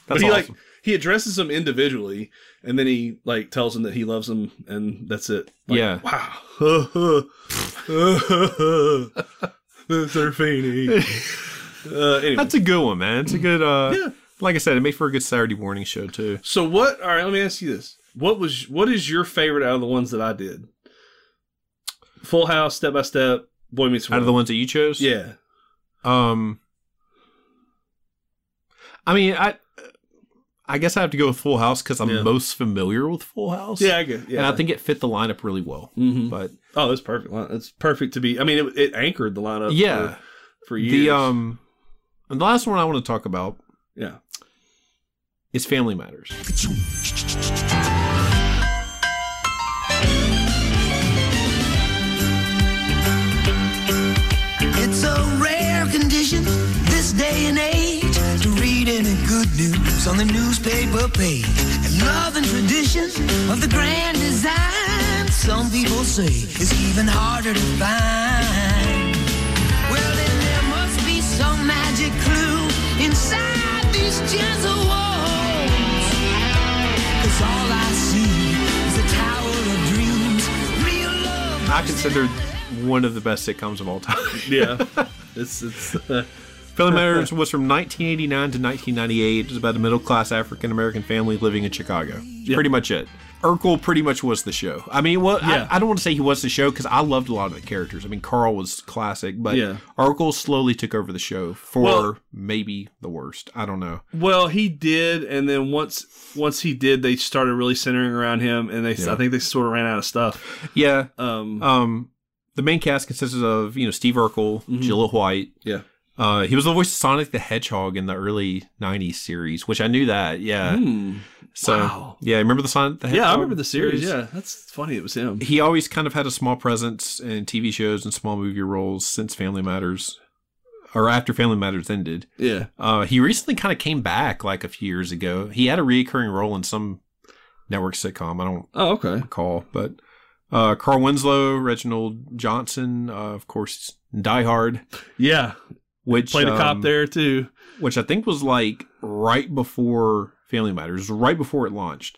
but That's he awesome. like he addresses them individually and then he like tells them that he loves them and that's it Like, yeah. *laughs* wow *laughs* Mr. Feeney. Uh, anyway. That's a good one, man. It's a good. Uh, Like I said, it made for a good Saturday morning show too. So what? All right, let me ask you this: what was what is your favorite out of the ones that I did? Full House, Step by Step, Boy Meets Out of World. the ones that you chose, yeah. Um, I mean, I, I guess I have to go with Full House because I'm Yeah. most familiar with Full House. Yeah, I get- yeah. And I think it fit the lineup really well. Mhm. But Oh, that's perfect. line- That's perfect to be. I mean, it, it anchored the lineup. Yeah. for, for years. the um, and the last one I want to talk about, yeah, is Family Matters. It's a rare condition this day and age to read any good news on the newspaper page. And love and tradition of the grand design, some people say, is even harder to find. Well, then there must be some magic clue inside these gentle walls. 'Cause all I see is a tower of dreams, real love. I consider one of the best sitcoms of all time. *laughs* yeah. *laughs* it's it's. *laughs* Uh, Family Matters was from 1989 to 1998. It was about a middle class African American family living in Chicago. Pretty much it. Urkel pretty much was the show. I mean, well, Yeah. I, I don't want to say he was the show because I loved a lot of the characters. I mean, Carl was classic, but Yeah. Urkel slowly took over the show for Well- maybe the worst. I don't *laughs* know. Well, he did, and then once once he did, they started really centering around him, and they Yeah. I think they sort of ran out of stuff. Yeah. Um, Um, the main cast consisted of you know Steve Urkel, Mhm. Jill White. Yeah. Uh, he was the voice of Sonic the Hedgehog in the early '90s series, which I knew that. Yeah. Hmm. So Wow. yeah, remember the Sonic the Hedgehog? yeah, I remember the series. Yeah, that's funny. It was him. He always kind of had a small presence in TV shows and small movie roles since Family Matters, or after Family Matters ended. Yeah. Uh, he recently kind of came back like a few years ago. He had a reoccurring role in some network sitcom. I don't Oh, okay. recall, but uh, Carl Winslow, Reginald Johnson, uh, of course, Die Hard, Yeah, which played a um, cop there too. which I think was like right before Family Matters right before it launched.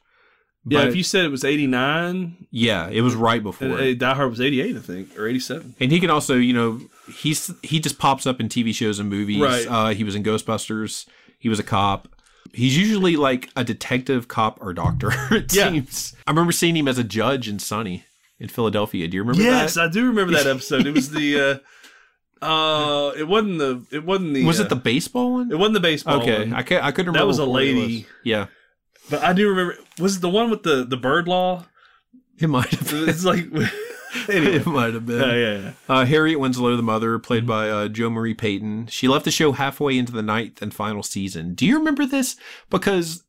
Yeah, if you said it was 89, yeah, it was right before. and, uh, Die Hard was 88, I think, or 87. And he can also, you know, he's he just pops up in TV shows and movies. Right. Uh, he was in Ghostbusters. He was a cop. He's usually like a detective, cop, or doctor. *laughs* It seems. I remember seeing him as a judge in Sunny in Philadelphia. Do you remember yes, that? I do remember that episode. It was the *laughs* uh, uh, it wasn't the it wasn't the was uh, it the baseball one? it wasn't the baseball. okay, one. I can't. I couldn't remember. That was a what it lady, Yeah, but I do remember. Was it the one with the the bird law? it might have been. *laughs* It's like *laughs* anyway. It might have been. Yeah, yeah, yeah. Uh, Harriet Winslow, the mother, Mm-hmm. played by uh, Joe Marie Payton. She left the show halfway into the ninth and final season. Do you remember this? Because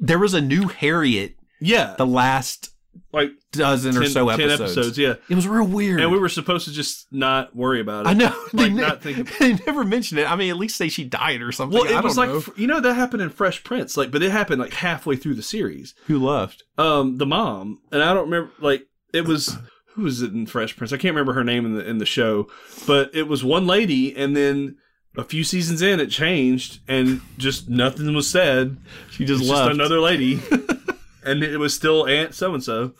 there was a new Harriet. Yeah. The last like dozen or so episodes. Yeah, it was real weird. And we were supposed to just not worry about it. I know. They like ne- not think. *laughs* They never mentioned it. I mean, at least say she died or something. Well, I it don't was like know. you know that happened in Fresh Prince, like, but it happened like halfway through the series. Who left? Um, the mom, and I don't remember. Like, it was who was it in Fresh Prince? I can't remember her name in the in the show, but it was one lady, and then a few seasons in, it changed, and just nothing was said. She just left. *laughs* another lady, *laughs* and it was still Aunt so and so.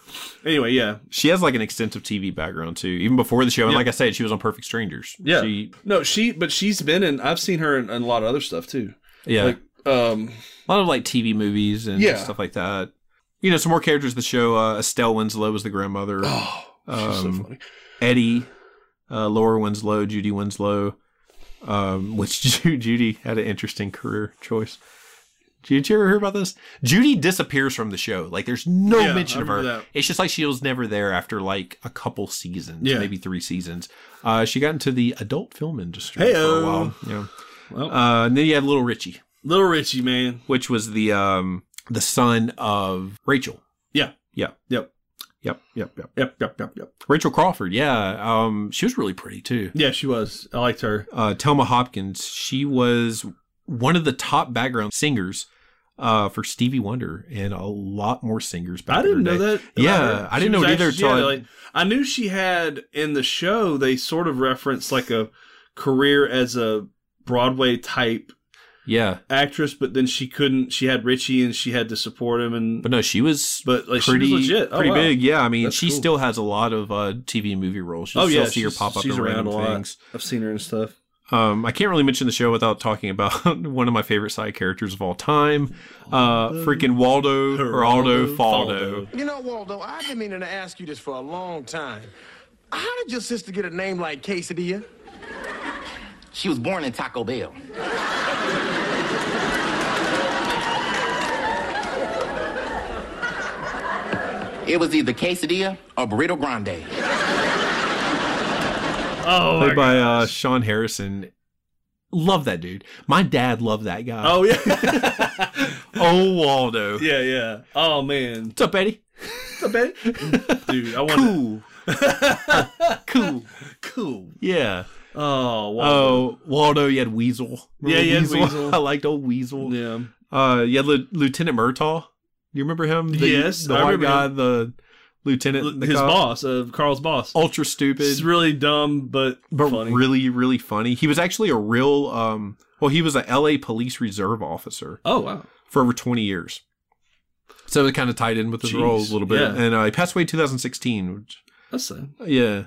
Anyway, yeah, She has like an extensive TV background too, even before the show. And Yeah. like I said, she was on Perfect Strangers. Yeah. She, no, she, but she's been in. I've seen her in, in a lot of other stuff too. yeah. Like, um, a lot of like TV movies and Yeah. stuff like that. You know, some more characters of the show. Uh, Estelle Winslow was the grandmother. Oh, she's so Um, funny. Eddie, uh, Laura Winslow, Judy Winslow, um, *laughs* which Ju- Judy had an interesting career choice. Did you ever hear about this? Judy disappears from the show. Like, there's no Yeah, mention I of her. remember that. It's just like she was never there after like a couple seasons, Yeah. maybe three seasons. Uh, she got into the adult film industry for Heyo. a while. Yeah. Well. uh, and then you had Little Richie Little Richie, man. which was the um the son of Rachel. Yeah. Yeah. Yep. Yep. Yep. Yep. Yep. Yep. Yep. Yep. Rachel Crawford. Yeah. Um, she was really pretty too. Yeah, she was. I liked her. Uh, Telma Hopkins. She was one of the top background singers. Uh, for Stevie Wonder and a lot more singers. Back I in didn't her know day. that. about Yeah, her. I She didn't know was it either. actually- Until yeah, I, like, I knew she had in the show. They sort of referenced like a career as a Broadway type yeah, actress, but then she couldn't. She had Richie, and she had to support him. And but no, she was but like pretty she was legit. Oh, pretty wow. big. Yeah, I mean, That's she cool. still has a lot of uh, TV and movie roles. She'll oh yeah, still see her she's- pop up She's in around a random lot. things. I've seen her and stuff. Um, I can't really mention the show without talking about *laughs* one of my favorite side characters of all time, uh, freaking Waldo or Aldo Faldo. You know, Waldo, I've been meaning to ask you this for a long time. How did your sister get a name like Quesadilla? She was born in Taco Bell. It was either quesadilla or burrito grande. Oh, played by uh, Sean Harrison. Love that dude. My dad loved that guy. oh yeah, *laughs* oh Waldo. yeah, yeah. Oh man, What's up, Eddie? What's up, Eddie? dude, I want Cool. *laughs* cool. cool. Yeah. Oh, Waldo. Oh, Waldo, you had Weasel. Yeah, you had *laughs* Weasel. I liked old Weasel. yeah. Uh, you had Lu- Lieutenant Murtaugh. You remember him? The, Yes, the I white remember guy, him. the lieutenant, the his cop. boss, uh, Carl's boss. ultra stupid, It's really dumb, but, but funny. really, really funny. He was actually a real, um, well, he was a LA police reserve officer oh wow, for over 20 years. So it kind of tied in with his Jeez, role a little bit. yeah. And uh, he passed away in 2016. Which, that's sad. yeah.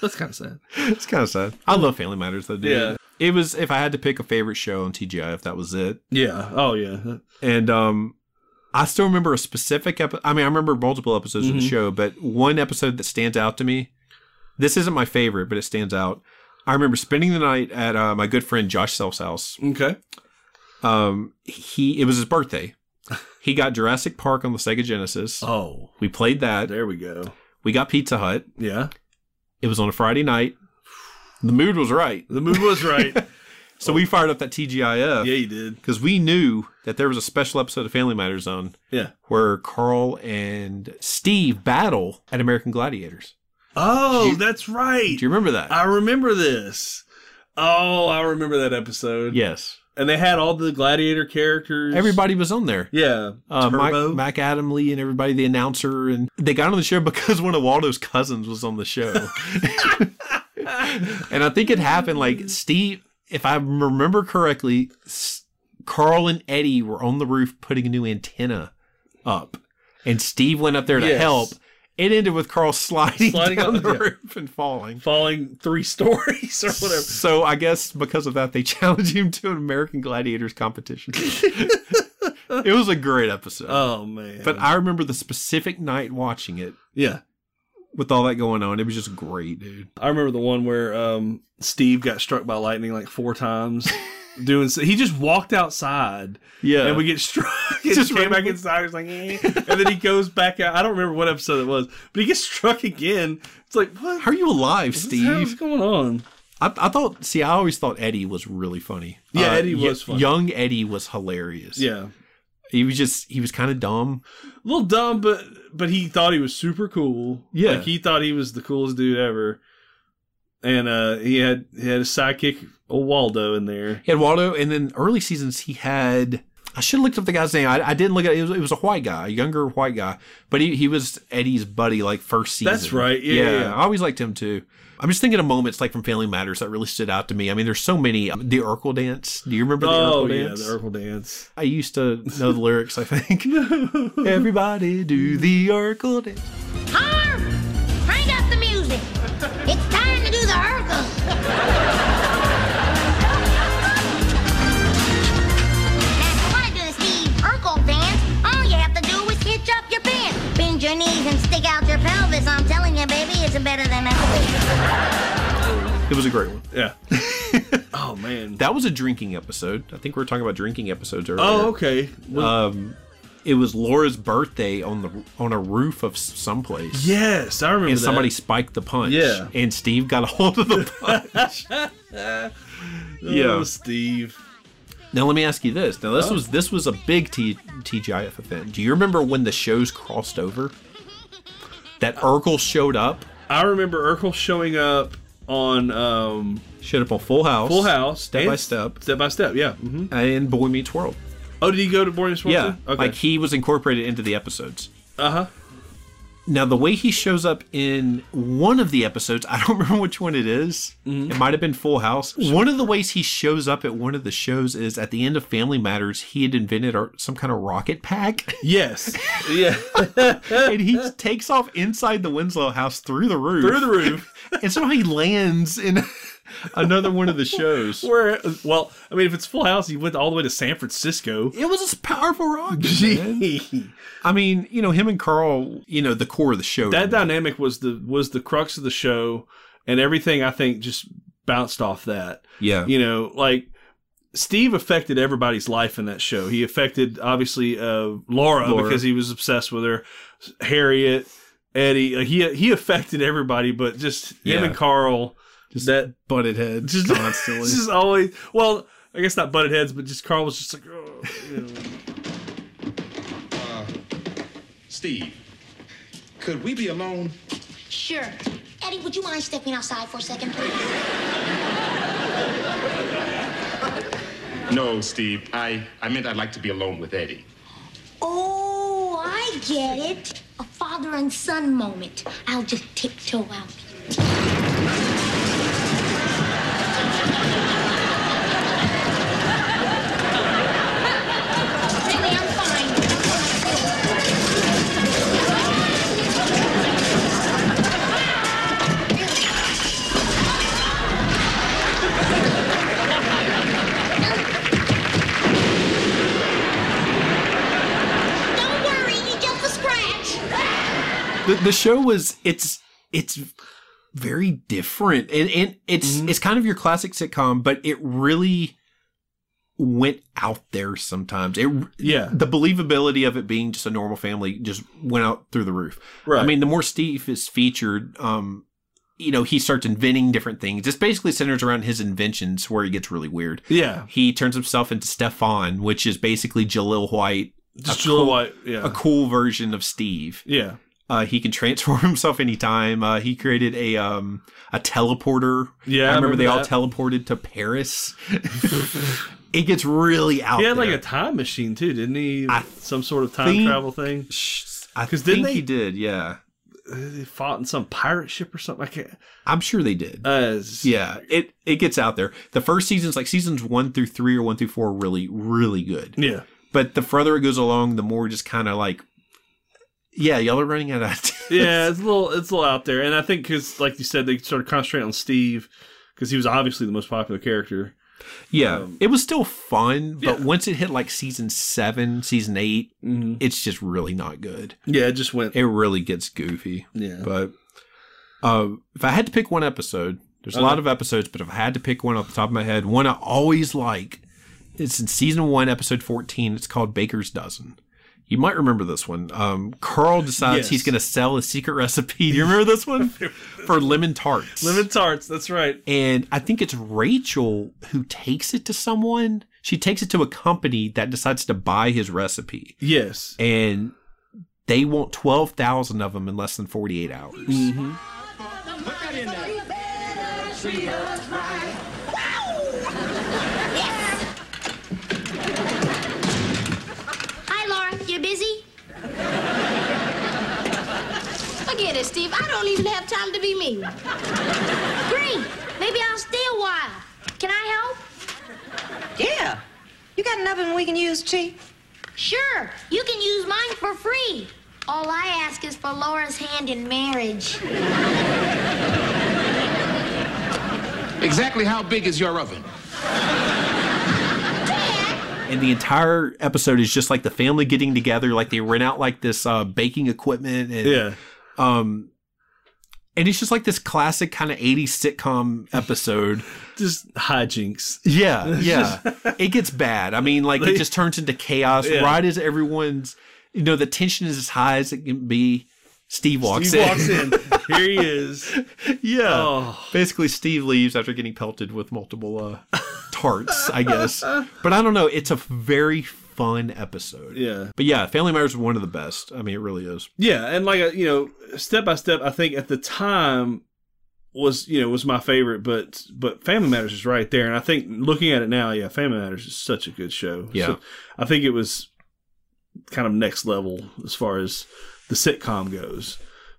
That's kind of sad. It's kind of sad. I love Family Matters though, dude. Yeah. It was, if I had to pick a favorite show on TGIF, that was it. Yeah. Oh yeah. And um, I still remember a specific episode. I mean, I remember multiple episodes of the Mhm. show, but one episode that stands out to me. This isn't my favorite, but it stands out. I remember spending the night at uh, my good friend Josh Self's house. Okay. Um, he it was his *laughs* birthday. He got Jurassic Park on the Sega Genesis. Oh, We played that. there we go. We got Pizza Hut. Yeah. It was on a Friday night. The mood was right, The move was *laughs* right. so we fired up that yeah, TGIF you did. because we knew that there was a special episode of Family Matters on Yeah. where Carl and Steve battle at American Gladiators. Oh, that's right. Do you remember that? I remember this. Oh, I remember that episode. yes. And they had all the gladiator characters. Everybody was on there. Yeah. Uh, Mike, Turbo. Mac Adam Lee and everybody, the announcer, and they got on the show because one of Waldo's cousins was on the *laughs* show. and I think it happened like Steve, if I remember correctly, S- Carl and Eddie were on the roof putting a new antenna up, and Steve went up there to Yes. help. It ended with Carl *laughs* sliding, Sliding down up, the yeah. roof and falling, falling three *laughs* stories or whatever. So I guess because of that, they *laughs* challenged him to an American Gladiators competition. *laughs* it was a great episode. Oh man! But I remember the specific night watching it. Yeah. With all that going on, it was just great, dude. I remember the one where um, Steve got struck by lightning like four times. *laughs* doing he just walked outside. Yeah. and we get struck. *laughs* And Just just came back inside. He's like, eh. and then he goes back out. I don't remember what episode it was, but he gets struck again. It's like, what? How are you alive, What's- Steve? What's going on? I, I thought. See, I always thought Eddie was really funny. Uh, Yeah, Eddie y- was funny. Young Eddie was hilarious. Yeah. he was just he was kind of dumb. A little dumb, but but he thought he was super cool. Yeah. like he thought he was the coolest dude ever. And uh, he had he had a sidekick, old Waldo, in there. He had Waldo, and then early seasons he had. I should have looked up the guy's name. I, I didn't look at it. It was, it was a white guy, a younger white guy, but he, he was Eddie's buddy like first season. That's right. Yeah, yeah, yeah. I always liked him too. I'm just thinking of moments like from Family Matters that really stood out to me. I mean, there's so many. um, The Urkel dance. Do you remember the oh Urkel yeah, dance? the Urkel dance. I used to know the lyrics. I *laughs* think everybody do the Urkel dance. Harm! Bring up the music. It's time to do the Urkel. Want to do the Steve Urkel dance? All you have to do is hitch up your pants, bend your knees, and stick out your pelvis. I'm telling you, baby, it's better than that. It was a great one. Yeah. *laughs* oh man, that was a drinking episode. I think we were talking about drinking episodes earlier. Oh, okay. Um, it was Laura's birthday on the on a roof of s- someplace. Yes, I remember. And that. somebody spiked the punch. Yeah. And Steve got a hold of the punch. *laughs* Oh, Steve. Now let me ask you this. Now this Oh. was this was a big T- TGIF event. Do you remember when the shows crossed over? That Urkel showed up. I remember Urkel showing up on um showed up on Full House, Full House, Step and by Step, Step by Step. Yeah, hmm and Boy Meets World. Oh, did he go to Boy Meets World? Yeah, too? Okay. like he was incorporated into the episodes. uh Uh-huh. huh. Now, the way he shows up in one of the episodes, I don't *laughs* remember which one it is. It might have been Full House. One of the ways he shows up at one of the shows is at the end of Family Matters, he had invented our, some kind of rocket pack. *laughs* Yes. Yeah. and he takes off inside the Winslow house through the roof. Through the roof. *laughs* and somehow he lands in *laughs* another one of the shows. Where? Well, I mean, if it's Full House, he went all the way to San Francisco. It was a powerful *laughs* rocket. *laughs* man. I mean, you know, him and Carl, you know, the core of the show. That dynamic was the was the crux of the show, and everything I think just bounced off that. Yeah. you know, like Steve affected everybody's life in that show. He affected obviously uh, Laura, Laura. because he was obsessed with her, Harriet, Eddie. Like, he he affected everybody, but just him Yeah. and Carl just that butted heads constantly. just *laughs* always. Well, I guess not butted heads, but just Carl was just like, oh, you know. Steve, could we be alone? sure. Eddie, would you mind stepping outside for a second, please? No, Steve. I, I meant I'd like to be alone with Eddie. Oh, I get it. A father and son moment. I'll just tiptoe out. Don't worry, you just a scratch. the, the show was it's it's very different and, and it's it's kind of your classic sitcom but it really went out there sometimes it Yeah. the believability of it being just a normal family just went out through the roof Right. i mean the more steve is featured um you know he starts inventing different things It's basically centers around his inventions where he gets really weird Yeah. he turns himself into stefan which is basically jalil white Just a Jalil White, yeah. a cool version of steve yeah. uh, he can transform *laughs* himself anytime. Uh, he created a um, a teleporter. Yeah, I I remember, remember they that. all teleported to *laughs* Paris. it gets really out. He had there. like a time machine too, didn't he? Some sort of time think- travel thing. I 'Cause think didn't he they- did. Yeah, they fought in some pirate ship or something. I can't. I'm sure they Uh, did. yeah, it it gets out there. The first seasons, like seasons one through three or one through four, are really really good. Yeah. But the further it goes along, the more just kind of like, yeah, y'all are running out of. *laughs* yeah, it's a little it's a little out there, and I think because like you said, they started concentrating on Steve because he was obviously the most popular character. Yeah, Um, it was still fun, but once it hit like season seven, season 8 Mm-hmm. it's just really not good. Yeah, it just went. It really gets goofy. Yeah. *laughs* but uh, if I had to pick one episode, there's a lot of episodes, but if I had to pick one off the top of my head, one I always like, it's in season one, episode 14. It's called Baker's Dozen. You might remember this one. Um, Carl decides Yes. he's going to sell a secret recipe. Do you remember this *laughs* one? For lemon tarts. Lemon tarts. That's right. And I think it's Rachel who takes it to someone. She takes it to a company that decides to buy his recipe. Yes. And they want 12,000 of them in less than 48 hours. Put that in there. She does right. Wow! Hi, Laura. You busy? Forget it, Steve. I don't even have time to be me. Green, maybe I'll stay a while. Can I help? Yeah. You got an oven we can use, Chief? Sure. You can use mine for free. All I ask is for Laura's hand in marriage. Exactly how big is your oven? and the entire episode is just like the family getting together like they rent out like this uh baking equipment and Yeah. um and it's just like this classic kind of 80s sitcom *laughs* episode just hijinks yeah yeah it gets bad i mean like it just turns into chaos Yeah. right as everyone's you know the tension is as high as it can be steve walks Steve in walks *laughs* in. Uh, Here he is. yeah Oh. basically steve leaves after getting pelted with multiple uh tarts i *laughs* guess but i don't know it's a very fun episode Yeah. But yeah, Family Matters is one of the best. I mean, it really is. Yeah, and like uh, you know, step by step, I think at the time was you know was my favorite, but but Family Matters is right there, and I think looking at it now, yeah, Family Matters is such a good show. Yeah. So I think it was kind of next level as far as the sitcom goes,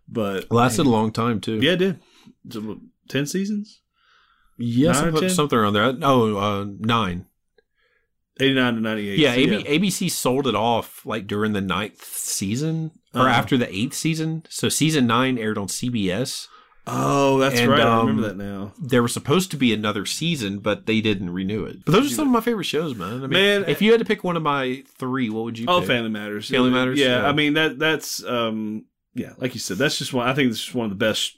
but Lasted a long time too. Yeah, it did. It's, what, Ten seasons. Yeah, Nine or something, ten? something around there. Oh, uh, nine. 89 to 98. Yeah, AB, ABC sold it off like during the ninth season or Uh-huh. after the eighth season. So season nine aired on CBS. Oh, that's right. I um, remember that now. There was supposed to be another season, but they didn't renew it. But those are some of my favorite shows, man. I mean, Man, if you had to pick one of my three, what would you? Oh, pick? Family Matters. Family Yeah, Matters. Yeah, I mean that that's um yeah, like you said, that's just one. I think it's just one of the best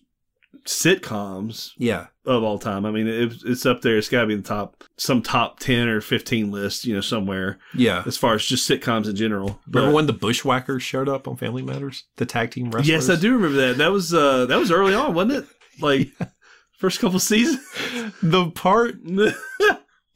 sitcoms. Yeah. of all time. I mean, it, it's up there. It's got to be in the top some top ten or fifteen list, you know, somewhere. Yeah. as far as just sitcoms in general. remember when the Bushwhackers showed up on Family Matters, the tag team wrestlers? Yes, I do remember that. That was uh that was early on, *laughs* wasn't it? Like first couple seasons. the part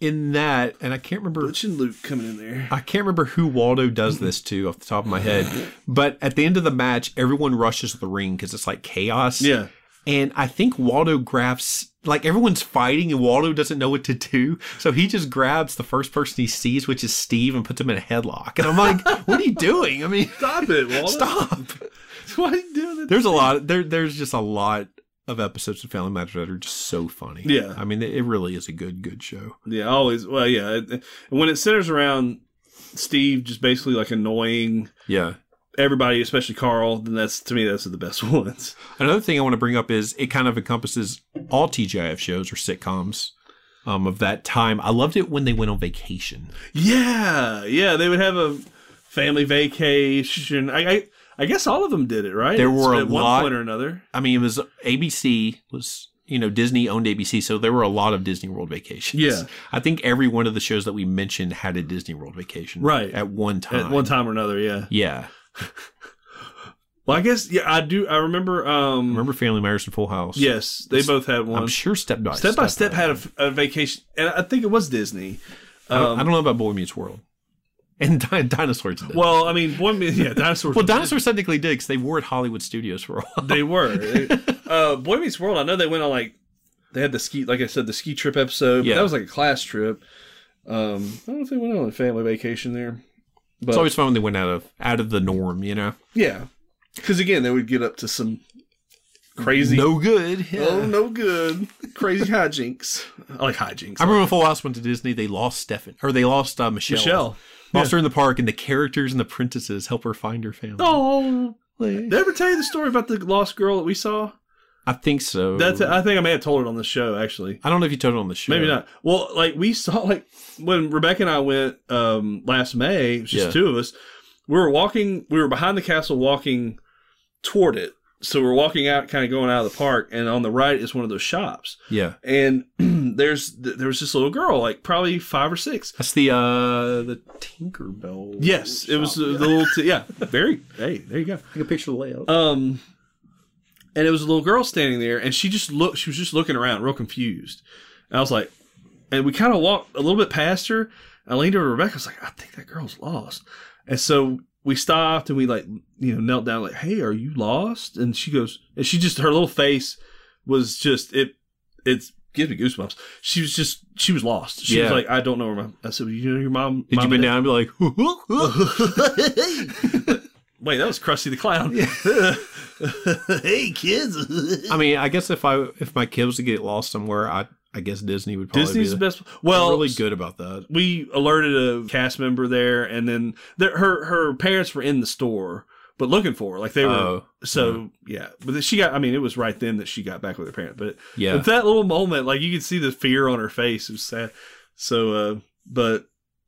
in that, and I can't remember Butch and Luke coming in there. I can't remember who Waldo does this to off the top of my head, but at the end of the match, everyone rushes the ring because it's like chaos. Yeah. And I think Waldo grabs, like everyone's fighting and Waldo doesn't know what to do. So he just grabs the first person he sees, which is Steve, and puts him in a headlock. And I'm like, *laughs* what are you doing? I mean, stop it, Waldo. Stop. *laughs* Why are you doing that? There's a lot, there, there's just a lot of episodes of Family Matters that are just so funny. Yeah. I mean, it really is a good, good show. Yeah, always. Well, yeah. it- it- When it centers around Steve, just basically like annoying Yeah. everybody, especially Carl, then that's to me that's the best *laughs* ones. Another thing I want to bring up is it kind of encompasses all TGIF shows or sitcoms um, of that time. I loved it when they went on vacation. Yeah, yeah. They would have a family vacation. I, I, I guess all of them did it, right? There were a At one lot- point or another. I mean, it was ABC was you know Disney owned ABC, so there were a lot of Disney World vacations. Yeah. I think every one of the shows that we mentioned had a Disney World vacation, Right. At one time, At one time or another, yeah. yeah. Well, I guess yeah. I do. I remember. Um, remember Family Matters and Full House? Yes, they both had one. I'm sure Step by Step by Step had a, a vacation, and I think it was Disney. I don't- Um, I don't know about Boy Meets World *laughs* and di- dinosaurs. Did. Well, I mean, boy, Meets- yeah, *laughs* dinosaurs. well, dinosaurs technically did because they were at Hollywood Studios for a while. *laughs* *laughs* They were. They- uh, Boy Meets World. I know they went on like they had the ski, like I said, the ski trip episode. Yeah, Yeah. that was like a class trip. Um, I don't know if they went on a family vacation there. But it's always fun when they went out of out of the norm, you know. yeah, because again, they would get up to some crazy. *laughs* No good. Oh, yeah. no good. Crazy hijinks. I like hijinks. I remember when Full House went to Disney, they lost Stefan, or they lost uh, Michelle. Michelle. Lost her in the park, and the characters and the princesses help her find her family. Oh, did I ever tell you the story about the lost girl that we saw? I think so. That's. I think I may have told it on the show actually. I don't know if you told it on the show. Maybe not. Well, like we saw, like when Rebecca and I went um last May, it was just Yeah. two of us. We were walking. We were behind the castle, walking toward it. So we're walking out, kind of going out of the park, and on the right is one of those shops. Yeah. And *clears throat* there's th- there was this little girl, like probably five or six. That's the uh the Tinkerbell. Yes, it was the the little. T- yeah, very. Hey, there you go. I can picture the layout. Um, and it was a little girl standing there, and she just looked. She was just looking around, real confused. And I was like, and we kind of walked a little bit past her. I leaned over to Rebecca. I was like, I think that girl's lost. And so we stopped and we like, you know, knelt down like, Hey, are you lost? And she goes, and she just her little face was just it. It gives me goosebumps. She was just she was lost. She was Yeah. like, I don't know where my. I said, well, you know, your mom. Did mom you bend and dad- down and be like, *laughs* *laughs* Wait, that was Krusty the Clown. *laughs* *laughs* hey kids. I mean, I guess if I if my kid was to get lost somewhere, I I guess Disney would probably Disney's be the best. Well, really good about that. we alerted a cast member there, and then there, her her parents were in the store, but looking for her. Like they were. Oh, so yeah, but then she got. I mean, it was right then that she got back with her parents. But Yeah. but that little moment, like you could see the fear on her face. It was sad. So, uh, but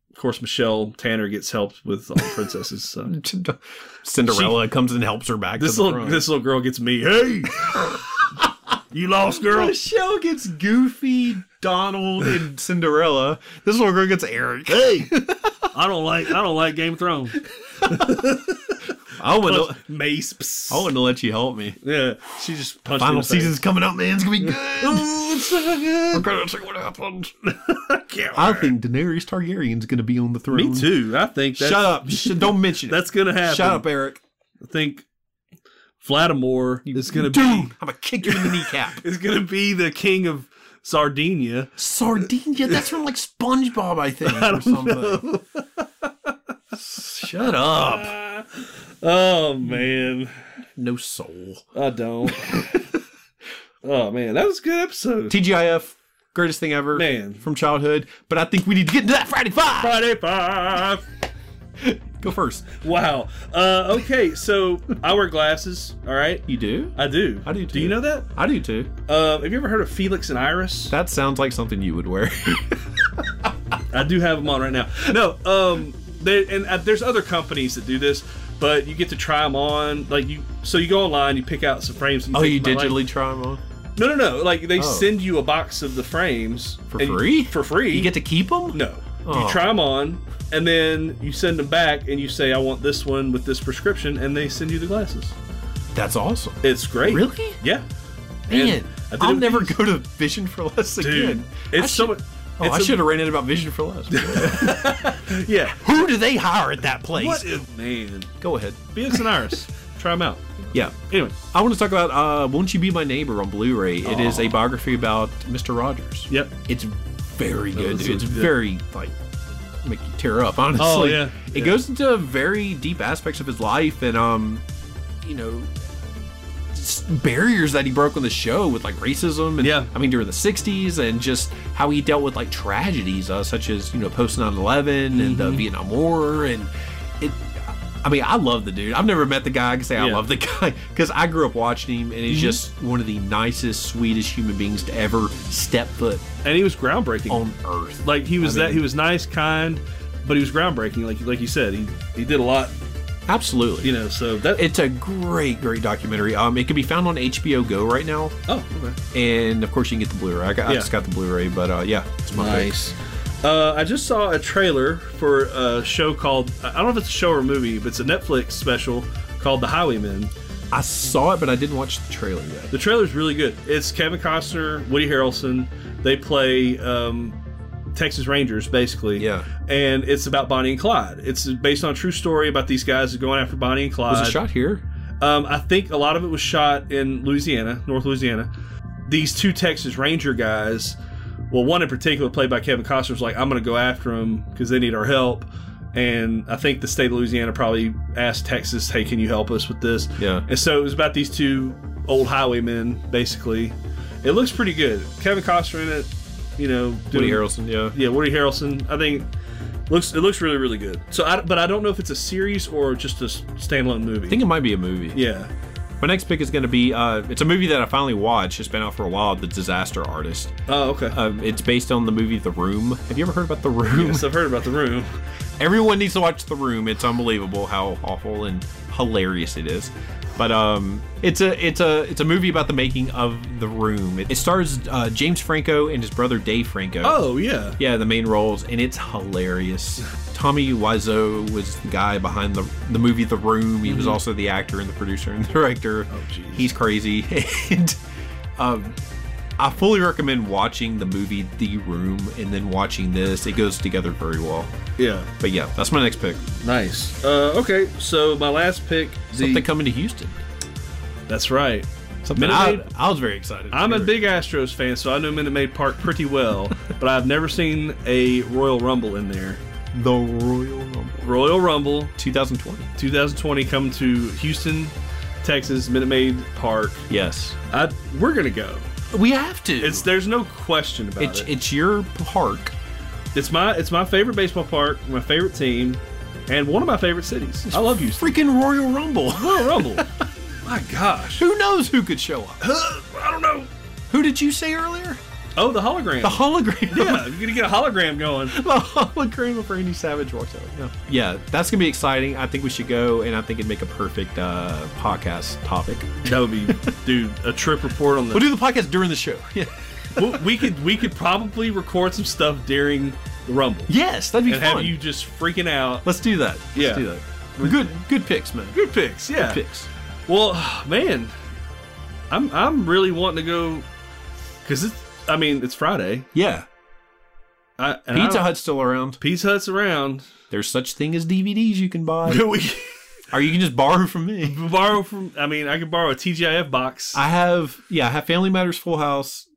of course, Michelle Tanner gets helped with all the princesses. *laughs* So. Cinderella comes and helps her back. This to the little front. this little girl gets me. *laughs* Hey, you lost, girl. Michelle gets Goofy, Donald, and Cinderella. This little girl gets Eric. *laughs* Hey, I don't like I don't like Game of Thrones. I wouldn't. Mace. I wouldn't let you help me. Yeah, she just punched. Final season's coming up, man. It's gonna be good. Oh, We're gonna see what happens. *laughs* Can't I think Daenerys Targaryen's gonna be on the throne. Me too. I think. That's, Shut up. Sh- Don't mention it. That's gonna happen. Shut up, Eric. I think Vladimir is gonna dude, be. I'm gonna kick you in the kneecap. Is gonna be the king of Sardinia. *laughs* Sardinia. That's from like SpongeBob, *laughs* I think, or something. Shut up. Ah. Oh man, No soul. *laughs* I don't. oh man, that was a good episode. TGIF, greatest thing ever, man, from childhood. But I think we need to get into that Friday Five. Friday Five. Go first. Wow. Uh, okay, so I wear glasses. All right. You do? I do. I do too. Do you know that? I do too. Uh, have you ever heard of Felix and Iris? That sounds like something you would *laughs* wear. I do have them on right now. No, um, they, and uh, there's other companies that do this, but you get to try them on. Like you, so you go online, you pick out some frames. And oh, think you about, like- digitally try 'em try them on? no, no, no. Like they Oh. send you a box of the frames for free? for free. You get to keep them? No. Oh. You try them on, and then you send them back, and you say, "I want this one with this prescription," and they send you the glasses. That's awesome. It's great. Really? Yeah. Man, And I did I'll it with never these. go to Vision for Less Dude, again. it's I so should- much- Oh, it's I so- should have ranted about Vision for Less. *laughs* yeah. Who do they hire at that place? What is man? Go ahead. Felix and Iris. Try them out. Yeah. Anyway, I want to talk about uh, "Won't You Be My Neighbor" on Blu-ray. It is a biography about Mister Rogers. Yep. It's very That good. was dude. It's good. very like make you tear up. *laughs* Honestly. Oh, yeah. It Yeah. goes into very deep aspects of his life and um, you know, s- barriers that he broke on the show with like racism and yeah. I mean during the '60s and just how he dealt with like tragedies uh, such as you know post 9/11 and Mm-hmm. the Vietnam War and it. I mean, I love the dude. I've never met the guy. I can say I Yeah. love the *laughs* guy because I grew up watching him, and he's Mhm. just one of the nicest, sweetest human beings to ever step foot. and he was groundbreaking on Earth. Like he I was mean- that he was nice, kind, but he was groundbreaking. Like like you said, he he did a lot. Absolutely. You know, so that it's a great, great documentary. Um, it can be found on HBO Go right now, Oh, okay. and of course you can get the Blu-ray. I, got, I Yeah. just got the Blu-ray, but uh, yeah, it's my pick. Nice. Uh, I just saw a trailer for a show called I don't know if it's a show or a movie, but it's a Netflix special called The Highwaymen. I saw it, but I didn't watch the trailer yet. The trailer's really good. It's Kevin Costner, Woody Harrelson. They play um, Texas Rangers, basically. Yeah. And it's about Bonnie and Clyde. It's based on a true story about these guys going after Bonnie and Clyde. Was it shot here? Um, I think a lot of it was shot in Louisiana, North Louisiana. These two Texas Ranger guys, well, one in particular, played by Kevin Costner, was like, "I'm going to go after them because they need our help." And I think the state of Louisiana probably asked Texas, "Hey, can you help us with this?" Yeah. And so it was about these two old highwaymen, basically. It looks pretty good. Kevin Costner in it, you know. Woody Harrelson, yeah. Yeah, Woody Harrelson. I think looks it looks really really good. So, I, but I don't know if it's a series or just a s- standalone movie. I think it might be a movie. Yeah. My next pick is going to be uh, it's a movie that I finally watched. It's been out for a while. The Disaster Artist. Oh, okay. Um, it's based on the movie The Room. Have you ever heard about The Room? *laughs* Yes, I've heard about The Room. *laughs* Everyone needs to watch The Room. It's unbelievable how awful and hilarious it is. But um, it's a it's a it's a movie about the making of The Room. It, it stars uh, James Franco and his brother Dave Franco. Oh, yeah. yeah, the main roles, and it's hilarious. Tommy Wiseau was the guy behind the the movie The Room. He was Mhm. also the actor and the producer and the director. He's crazy, *laughs* and um, I fully recommend watching the movie The Room and then watching this. It goes together very well. Yeah. But yeah, that's my next pick. Nice. Uh, okay, so my last pick. Something coming to Houston. That's right. Something I, I was very excited. I'm a for. big Astros fan, so I know Minute Maid Park pretty *laughs* well, but I've never seen a Royal Rumble in there. The Royal Rumble. Royal Rumble 2020. 2020 come to Houston, Texas, Minute Maid Park. Yes. I, we're going to go. We have to. It's there's no question about It's- it. It's your park. It's my it's my favorite baseball park, my favorite team, and one of my favorite cities. I love Houston. Freaking Royal Rumble. *laughs* Royal Rumble. *laughs* my gosh. Who knows who could show up? I don't know. Who did you say earlier? Oh, the hologram. The hologram. yeah, you're gonna get a hologram *laughs* going. the hologram of Randy Savage walks out. Yeah. Yeah, that's gonna be exciting. I think we should go, and I think it'd make a perfect uh, podcast topic. That would be, dude, a trip report on the. We'll do the podcast during the show. *laughs* Yeah. Well, we could we could probably record some stuff during the Rumble. Yes, that'd be and fun. have you just freaking out. Let's do that. Let's Yeah. do that. Good, good picks, man. Good picks, yeah. Good picks. Well, *sighs* man, I'm I'm really wanting to go because it's. I mean, it's Friday. Yeah. I, and I Pizza don't- Hut's still around. Pizza Hut's around. There's such thing as DVDs you can *laughs* buy, we or you can just borrow from me. *laughs* borrow from. I mean, I could borrow a TGIF box. I have, yeah, I have Family Matters, Full House,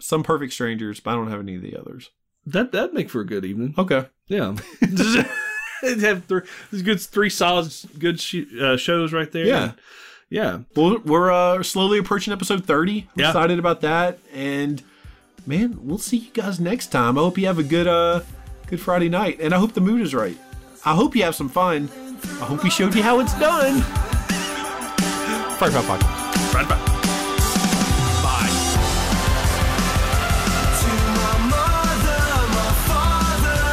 some Perfect Strangers, but I don't have any of the others. That that'd make for a good evening. Okay. *laughs* Yeah. It'd have three, there's good three solid good sh- uh, shows right there. Yeah. Yeah. Well, we're uh, slowly approaching episode 30. I'm Yeah. Excited about that. And man, we'll see you guys next time. I hope you have a good uh good Friday night and I hope the mood is right. I hope you have some fun. I hope we showed you how it's done. Friday Night Podcast. Right back. To my mother, my father,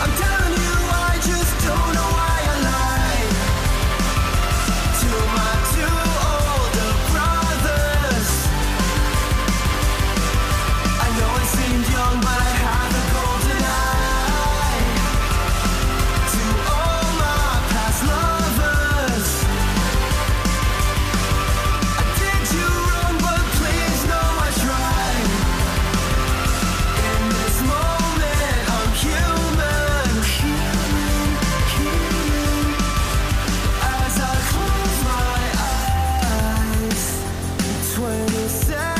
I'm telling you, I just don't know why I lie. To my two older brothers, I know I seemed young, but I had a golden eye. To all my past lovers. Did you wrong, but please know I tried. In this moment, I'm human, human, human. As I close my eyes, 27